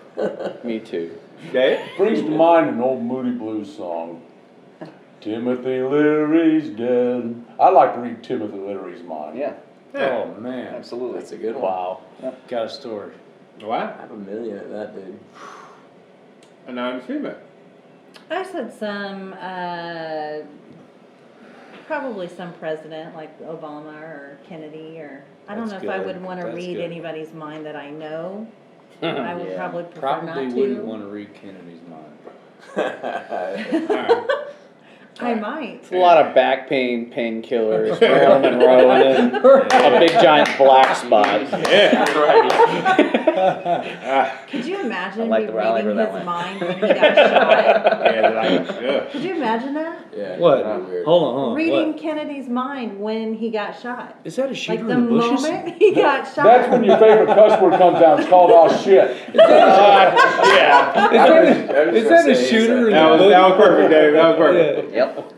me too. right. Dave? Brings to mind an old Moody Blues song. Timothy Leary's dead. I like to read Timothy Leary's mind. Yeah, Yeah. Oh man, absolutely. That's a good one. wow, got a story. I Oh, Wow. have a million at that, dude. Anonymous female. I said some, uh, probably some president like Obama or Kennedy or, I don't know That's if I good. would want to That's read good. anybody's mind that I know. I would Yeah. probably prefer Probably not wouldn't to. want to read Kennedy's mind. All right. I might. It's a lot of back pain, painkillers, rolling and rolling, and a big giant black spot. Could you imagine like me the way I like reading where his that went. mind when he got shot? Yeah, like, ugh. Could you imagine that? Yeah. What? Hold that'd be on, weird. Oh, hold on. Reading What? Kennedy's mind when he got shot. Is that a shooter Like the in the bushes? moment he got shot. That's when your favorite cuss word comes out. It's called "oh shit." yeah. Is that a shooter in the That was, bushes? that was perfect, Dave. That was perfect. Yep.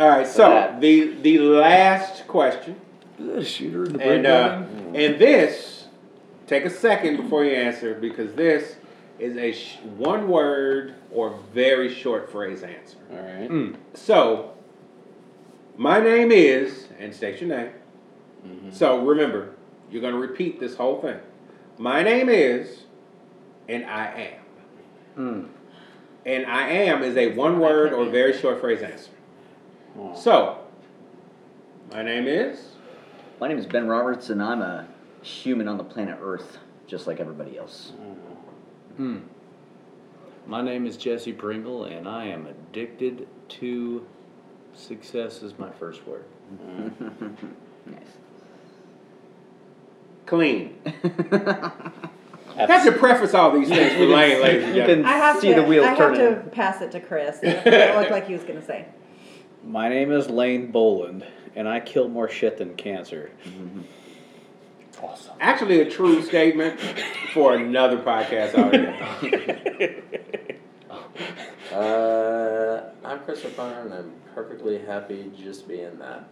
All right, so the the last question, Is that a shooter in the and uh, bushes? and this, take a second before you answer because this is a sh- one word or very short phrase answer. Mm. All right. So, my name is, and state your name. Mm-hmm. So remember, you're going to repeat this whole thing. My name is, and I am. Mm. And I am is a one word or very short phrase answer. So, my name is, My name is Ben Roberts, and I'm a human on the planet Earth, just like everybody else. Hmm. My name is Jesse Pringle, and I am addicted to success. Is my first word. Nice. clean. Have to preface all these things for Lane, ladies and You gentlemen. can I have see to, the wheels I have turning. to pass it to Chris. It looked like he was going to say. My name is Lane Boland, and I kill more shit than cancer. Awesome. Actually, a true statement for another podcast out here. Uh, I'm Chris O'Connor, and I'm perfectly happy just being that.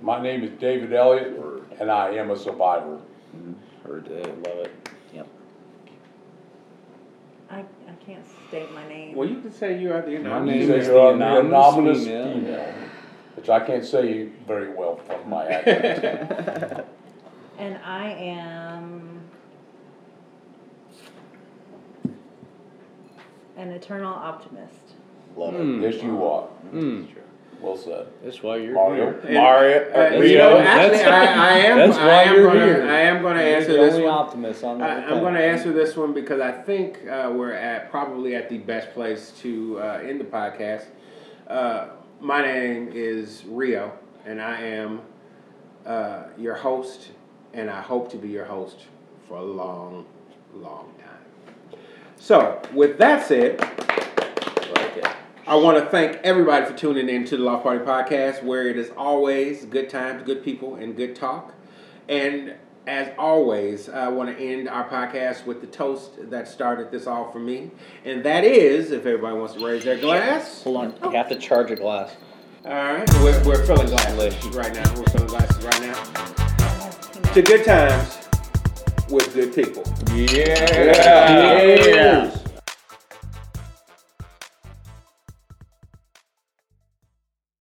My name is David Elliott, and I am a survivor. Heard it, love it. I, I can't state my name. Well, you can say you are the My anonymous. You name say is you're the anonymous female. which I can't say very well from my accent. and I am an eternal optimist. Love it. Hmm. Yes, you are. Hmm. Well said. That's why you're Mario. here. And- Mario. Uh, Leo. you know, That's- actually, I, I am. that's why I am you're gonna. here. I am gonna You're answer the this only one. optimist on the I, I'm planet. going to answer this one because I think uh, we're at probably at the best place to uh, end the podcast. Uh, my name is Rio, and I am uh, your host, and I hope to be your host for a long, long time. So, with that said, Like it. I want to thank everybody for tuning in to the Law Party Podcast, where it is always good times, good people, and good talk. And as always, I want to end our podcast with the toast that started this all for me. And that is, if everybody wants to raise their glass. Hold on, Oh. you have to charge a glass. All right, we're, we're filling glasses right now. We're filling glasses right now. To good times with good people. Yeah.